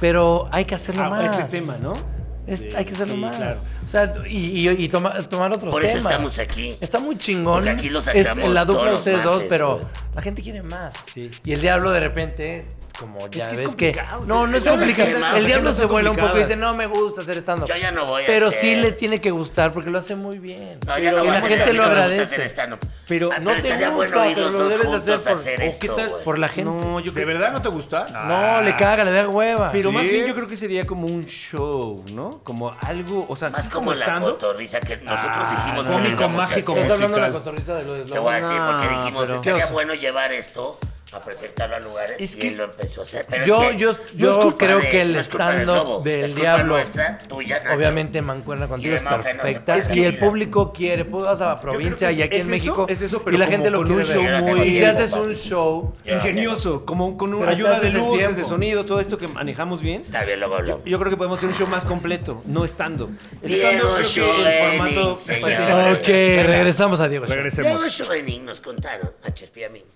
Pero hay que hacerlo Ah, más. este tema, ¿no? Es- Sí, hay que hacerlo sí, más. claro. O sea, y, y- y toma- tomar otros Por eso temas. estamos aquí. Está muy chingón. Porque aquí lo es sacamos la dupla todos de los ustedes dos, martes, pero güey. la gente quiere más. Sí. Y el diablo de repente, como ya que es ves que. complicado, No, te- no es esas complicado. agendas- El agendas diablo son se vuela un poco y dice, complicadas. no me gusta hacer stand-up. Yo ya no voy a Pero hacer. sí le tiene que gustar porque lo hace muy bien. No, ya no y voy a la hacer gente stand-up, lo no me gusta agradece. hacer stand-up. Pero Ah, no te estaría gusta, bueno ir pero los lo dos debes juntos hacer a por- hacer ¿o esto, ¿Qué tal? güey. Por la gente. No, yo ¿De creo... verdad no te gusta? No, le caga, le da hueva. Pero más Sí. bien yo creo que sería como un show, ¿no? Como algo, o sea, Más sí como la stand-up. cotorriza que nosotros Ah, dijimos cómico, que lo íbamos a mágico, hacer. Estás hablando de la musical. cotorriza de lo de Te voy a decir porque No, dijimos, pero- estaría Dios. bueno llevar esto a presentarlo a lugares Es y que- él lo empezó a hacer. Pero Yo- es que yo- no es yo culpa creo que el no es culpa stand-up lobo, del es culpa diablo, nuestra, tuya, Nacho. Obviamente mancuerna contigo Y es además que no se perfecta paga y el la público quiere, pues vas a provincia es- y aquí es en eso, México es eso, y pero la como gente lo con quiere un ver. show muy- Y si haces un show, Ingenioso, como con un, Pero te ayuda de haces el luces, de tiempo. sonido, todo esto que manejamos bien. Está bien, luego hablamos. Yo creo que podemos hacer un show más completo, no estando. El Diego stand-up creo que el Schoening, formato señor. parece- *laughs* ok, regresamos a Diego. Regresemos. Diego Schoening nos contaron, a Chespi y a mí, *laughs*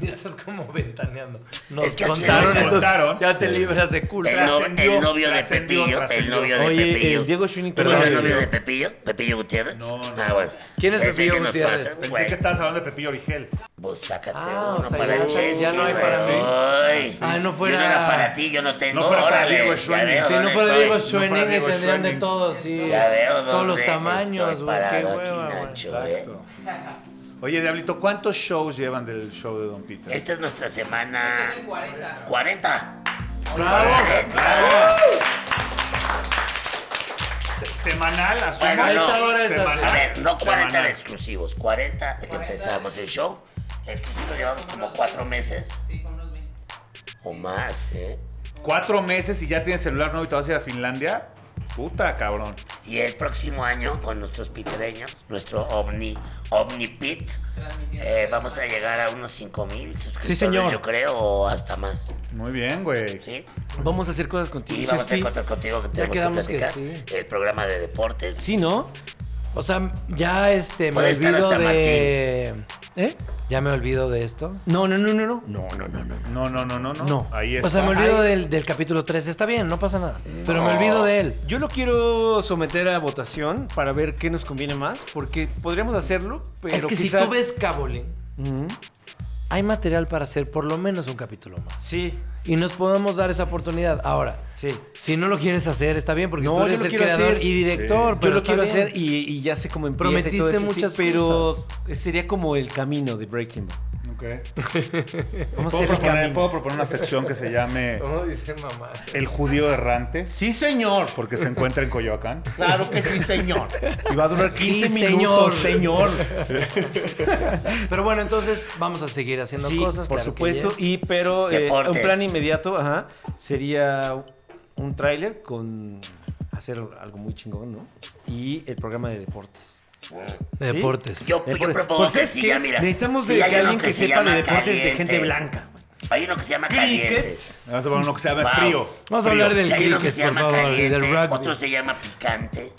Ya estás como ventaneando. Nos Es que aquí contaron. nos entonces contaron. Ya te libras de El, culpa. no- Trascendió, el novio de trascendió, Pepillo, el trascendió. novio de Oye, Pepillo. el Diego Schwinning. ¿Pero es el novio Oye, de Pepillo? ¿Pepillo Gutiérrez? No, no. Ah, bueno. ¿Quién es Ese Pepillo que nos Gutiérrez? pasa, Pensé güey. que estabas hablando de Pepillo Origel. Pues sácate Ah, o uno sea, para ya- el Chesky, ya no hay güey. para mí. Ay, Ah, no fuera- Yo no era para ti, yo no tengo. No fuera para Órale, Diego ya Schwenning. veo Si no dónde fuera estoy. Diego No fuera Schwenning, Diego tendrían de Schoening. todos, sí. Ya veo Todos los dónde tamaños, estoy güey. Qué parado aquí, hueva, güey. Nacho, eh. Oye, Diablito, ¿cuántos shows llevan del show de Don Peter? Esta es nuestra semana. 40. 40. ¡Bravo! Se- Semanal, a su Bueno, madre. no. Ahora es así. A ver, no 40 de Semanal. exclusivos, 40 de que empezamos el show. Exclusivos llevamos como 4 meses. Sí, como unos 20. O más, ¿eh? Cuatro meses y ya tienes celular nuevo y te vas a ir a Finlandia. Puta, cabrón. Y el próximo año, con nuestros pitereños, nuestro Omni, Omni Pit, eh, vamos a llegar a unos 5 mil suscriptores, señor. yo creo, o hasta más. Muy bien, güey. ¿Sí? Vamos a hacer cosas Y contigo. vamos a hacer Chespi. cosas contigo que tenemos quedamos que que platicar. sí. El programa de deportes. Sí, ¿no? O sea, ya este, me Puede estar olvido hasta de. ¿Eh? Ya me olvido de esto. No, no, no, no, no. No, no, no, no. No, no, no, no, no. No. Ahí está. O sea, me olvido del, del capítulo 3. Está bien, no pasa nada. Pero me olvido de él. Yo lo quiero someter a votación para ver qué nos conviene más, porque podríamos hacerlo, pero es que quizá... si tú ves Cabolín, Ujú. hay material para hacer por lo menos un capítulo más. Sí, Y nos podemos dar esa oportunidad. Ahora, sí. si no lo quieres hacer, está bien, porque No, tú yo eres lo el quiero creador hacer. y director. Yo pero lo está quiero bien. hacer y, y ya sé cómo empieza y todo Prometiste esto, sí, muchas pero cosas. sería como el camino de Breaking Bad. Ok. Vamos a ¿Puedo hacer el proponer, camino. puedo proponer una sección que se llame ¿Cómo dice mamá? El judío errante, Sí, señor. porque se encuentra en *laughs* Coyoacán. Claro que sí, señor. Y va a durar 15 Sí, minutos, señor. señor. Pero bueno, entonces vamos a seguir haciendo Sí, cosas. por claro *laughs* que supuesto. yes. Y pero eh, un Deportes. plan inmediato, ajá, sería un tráiler con hacer algo muy chingón, ¿no? Y el programa de deportes. De ¿sí? deportes. Yo, yo Deportes. propongo Pues, que ¿sabes sí, qué? ya mira. Necesitamos Sí, de hay que uno alguien que se sepa de llama deportes de gente Caliente. blanca. güey. Hay uno que se llama Cricket. Caliente. Vamos a poner uno que se llame Wow. frío. Vamos a hablar del Y hay uno que cricket, se por llama favor, y Caliente. del rugby. Otro se llama Picante.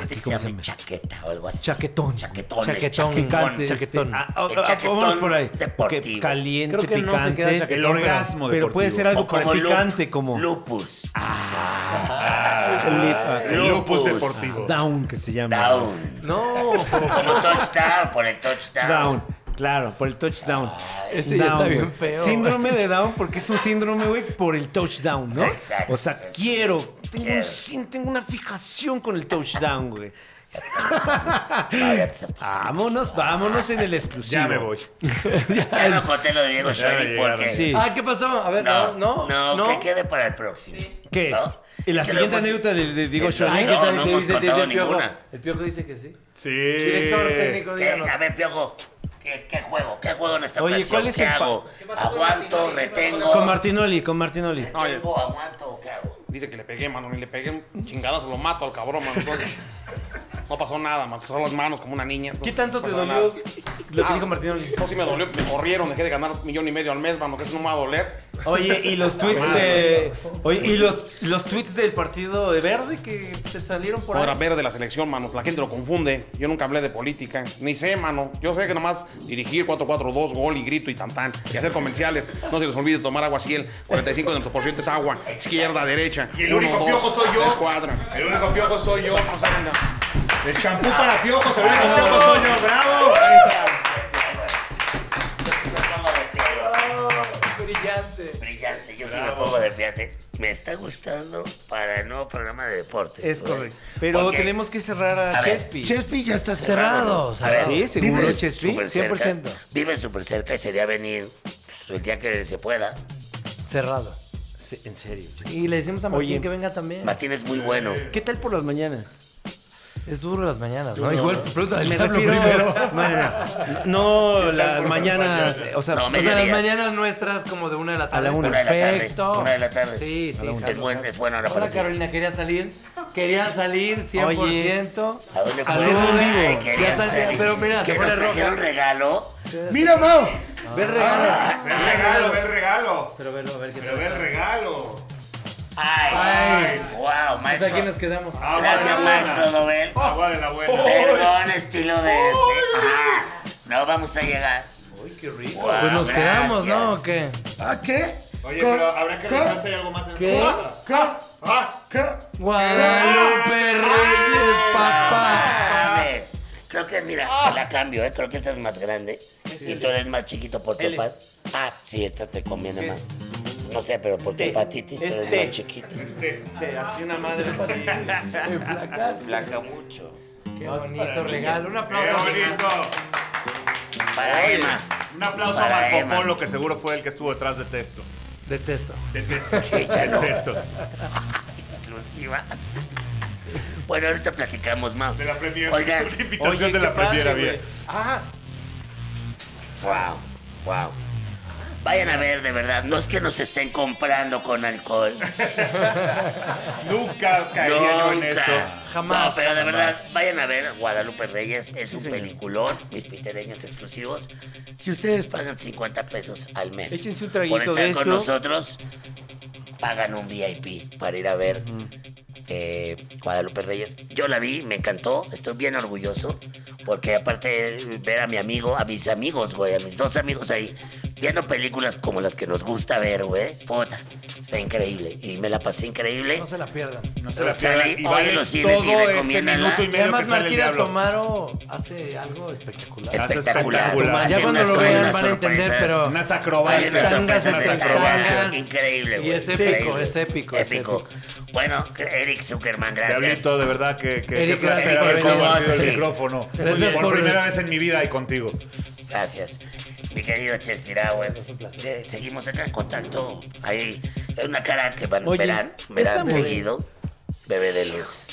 Este que se ¿cómo se llama llama? Chaqueta o algo así. Chaquetón. Chaquetón. Chaquetón. Picante, Chaquetón. este, ah, ah, El ah, chaquetón vámonos por ahí. deportivo. Ok, caliente, Creo que no se picante. queda chaquetón, El orgasmo pero deportivo. puede ser algo O como picante, lup- como Ah, Lupus. Lipa, El lupus Lupus. deportivo. ah, Ah, down, que se llama. Down. No. Como touchdown, por el touchdown. Down, claro, por el touchdown. ese ya está bien güey. feo, Síndrome de Down, porque es un síndrome, güey, por el touchdown, ¿no? Exacto. O sea, quiero, tengo, un Quiero. sin- tengo una fijación con el touchdown, güey. No, ya te estás pasando. Vámonos, vámonos en el exclusivo. Ya me voy. Ya no conté lo de Diego Schoening llegaron. porque... Sí. Ah, ¿qué pasó? A ver, No, no, no. no, que quede para el próximo. ¿Qué? ¿No? ¿Y la Que siguiente lo hemos- anécdota de, de Diego Eh, Ay, Schoening? ¿qué No, tal? no ¿Qué hemos dice, dice contado el piojo? ninguna. El piojo dice que sí. Sí. Director Eh, técnico, ¿Qué? díganos. A ver, Piojo, ¿qué, qué juego? ¿Qué juego en esta Oye, ocasión? ¿cuál es ¿Qué el pa- hago? ¿Aguanto? ¿Retengo? Con Martinoli, con Martinoli. ¿Retengo? ¿Aguanto? ¿Qué hago? Dice que le pegué, mano, y le pegué chingadas, lo mato al cabrón, mano. Entonces, no pasó nada, man, son las manos como una niña. ¿Qué entonces, tanto no te pasó dolió nada. lo que dijo Martinoli? No, sí me dolió, me corrieron, dejé de ganar un millón y medio al mes, mano, que eso no me va a doler. Oye, y los tweets de. Oye, y los, los tweets del partido de verde que se salieron por Ahora ahí. verde de la selección, mano, la gente lo confunde. Yo nunca hablé de política, ni sé, mano. Yo sé que nomás dirigir 4-4-2, gol y grito y tantán, y hacer comerciales. No se les olvide tomar agua ciel, 45 de nuestro por ciento es agua, izquierda, derecha. Y el único piojo soy yo. Escuadra. El único piojo soy yo. pues, Vamos, anda. El champú Ah. para piojos, el único piojo soy yo. Uh. ¡Bravo! Brillante. Brillante, yo sí me pongo de fíjate. Me está gustando para el nuevo programa de deportes. Es güey. correcto. Pero Porque- tenemos que cerrar a, A ver, Chespi. Chespi ya está cerrado. Cerrado. A ver, cerrado. Sí, seguro, Vives Chespi. súper 100%. cerca. Vive súper cerca y sería venir pues, el día que se pueda. Cerrado. Sí, en serio. Y le decimos a Martín Oye. que venga también. Martín es muy bueno. ¿Qué tal por las mañanas? Es duro las mañanas, ¿no? Igual, pregúntale Me al diablo refiero. primero. No, no, no. No, las mañanas. O sea, No, O sea, las Mediodía. mañanas nuestras como de una de la tarde. la una. Una de la tarde, Perfecto. una de la tarde. Sí, sí. Es claro. buen- es buena hora para Hola ti. Carolina, quería salir. Quería salir 100%. ¿A dónde fue? Saluden. Ay, Ya querían está- salir. Pero mira, se ¿Que pone nos trajeron roja. regalo? Mira, Mao. Ve el regalo. Ve el regalo, ve el regalo. Pero velo, a ver qué Pero ve el tal. regalo. ¡Ay! ¡Wow, Pues maestro! aquí nos quedamos. Ah, Agua de Gracias, la maestro buena. Oh. Nobel. Agua de la buena. Perdón, estilo de... Ah, no vamos a llegar. Uy, qué rico. Guau, Pues nos quedamos, gracias. ¿no? ¿O qué? ¿Ah, qué? Oye, ¿Qué? pero habrá que ¿Qué? revisar si hay algo más en ¿Qué? esa cuadra. ¿Qué? Ah, ¿Qué? Guadalupe Reyes, ah. papá. Mames. Creo que, mira, te la cambio, ¿eh? Creo que esta es más grande. Y tú eres más chiquito por tu L. hepat- Ah, sí, esta te conviene ¿Qué más. No sé, pero por tu T. hepatitis tú Es eres T. más chiquito. este. Te hacía una madre así. Me flacaste. Flaca mucho. Qué No, es para bonito mí. regalo. Un ¡Qué aplauso. bonito! Para Emma. Un aplauso Para a Marco Emma. Polo, que seguro fue el que estuvo detrás de texto. Detesto. De texto. ya no. De texto. Exclusiva. Bueno, ahorita platicamos más. De la Premier. Oigan. Una invitación Oye, de la qué padre, Premier había. güey. Ah, Wow, wow. Vayan a ver, de verdad. No es que nos estén comprando con alcohol. Nunca caía yo en Nunca. eso. Jamás, No, pero de jamás. verdad, vayan a ver Guadalupe Reyes. Es un peliculón. Mis pitereños exclusivos. Si ustedes pagan 50 pesos al mes. Échense un por traguito estar de con esto. nosotros, pagan un VIP para ir a ver eh, Guadalupe Reyes. Yo la vi, me encantó, estoy bien orgulloso, porque aparte de ver a mi amigo, a mis amigos, güey, a mis dos amigos ahí, viendo películas como las que nos gusta ver, güey, puta, está increíble. Y me la pasé increíble. No se la pierdan. No se Pero la pierdan. sale Y hoy vale en los cines y todo ese recomiéndanla. minuto y Y medio además que sale el Marquina diablo. Tomaro hace algo espectacular. Es- hace Espectacular. espectacular. Hace Ya cuando unas lo cosas, vean unas van a entender, sorpresas. pero... Hay unas Unas Tangas, acrobacias. sorpresas, Unas tangas, tangas. tangas. acrobacias. Increíble, Y güey. es épico, increíble. es épico, es Bueno, Eric Zuckerman, gracias. Diablito, de verdad que, que, qué Eric, placer haber gracias por venir. compartido el Sí. micrófono. Gracias por por- primera vez en mi vida y contigo. Gracias. Mi querido Chespirá, güey. Se- Seguimos acá en contacto. Ahí hay una cara que van, Oye, verán, verán estamos- seguido. Bebé de luz.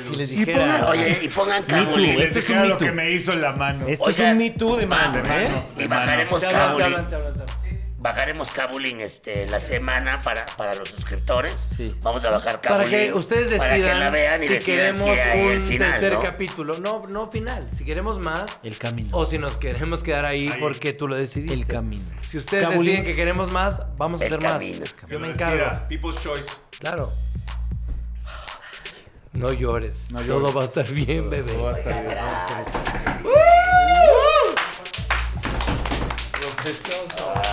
Si les Y pongan- dijera. Oye, y pongan Y cábula. les esto es un dijera Me lo Too. que me hizo en la mano. Esto es Oigan, un Me Too de mano, mano, ¿eh? mano. Y bajaremos Te hablan, te cábula. hablan, te hablan, te hablan. Bajaremos Cabulín este, la semana para, para los suscriptores. Sí. Vamos a bajar Cabulín. Para que ustedes para que decidan la vean y si decidan queremos si hay el un final, tercer ¿no? capítulo. No, no final. Si queremos más El camino. o si nos queremos quedar ahí, Ahí. porque tú lo decidiste. El camino. Si ustedes Cabulín. deciden que queremos más, vamos a El hacer camino. más. Que Yo me lo encargo. decida. People's Choice. Claro. No llores. No Todo llores. va a estar bien, bebé. Todo va a estar bien. Vamos a hacer eso. Ah,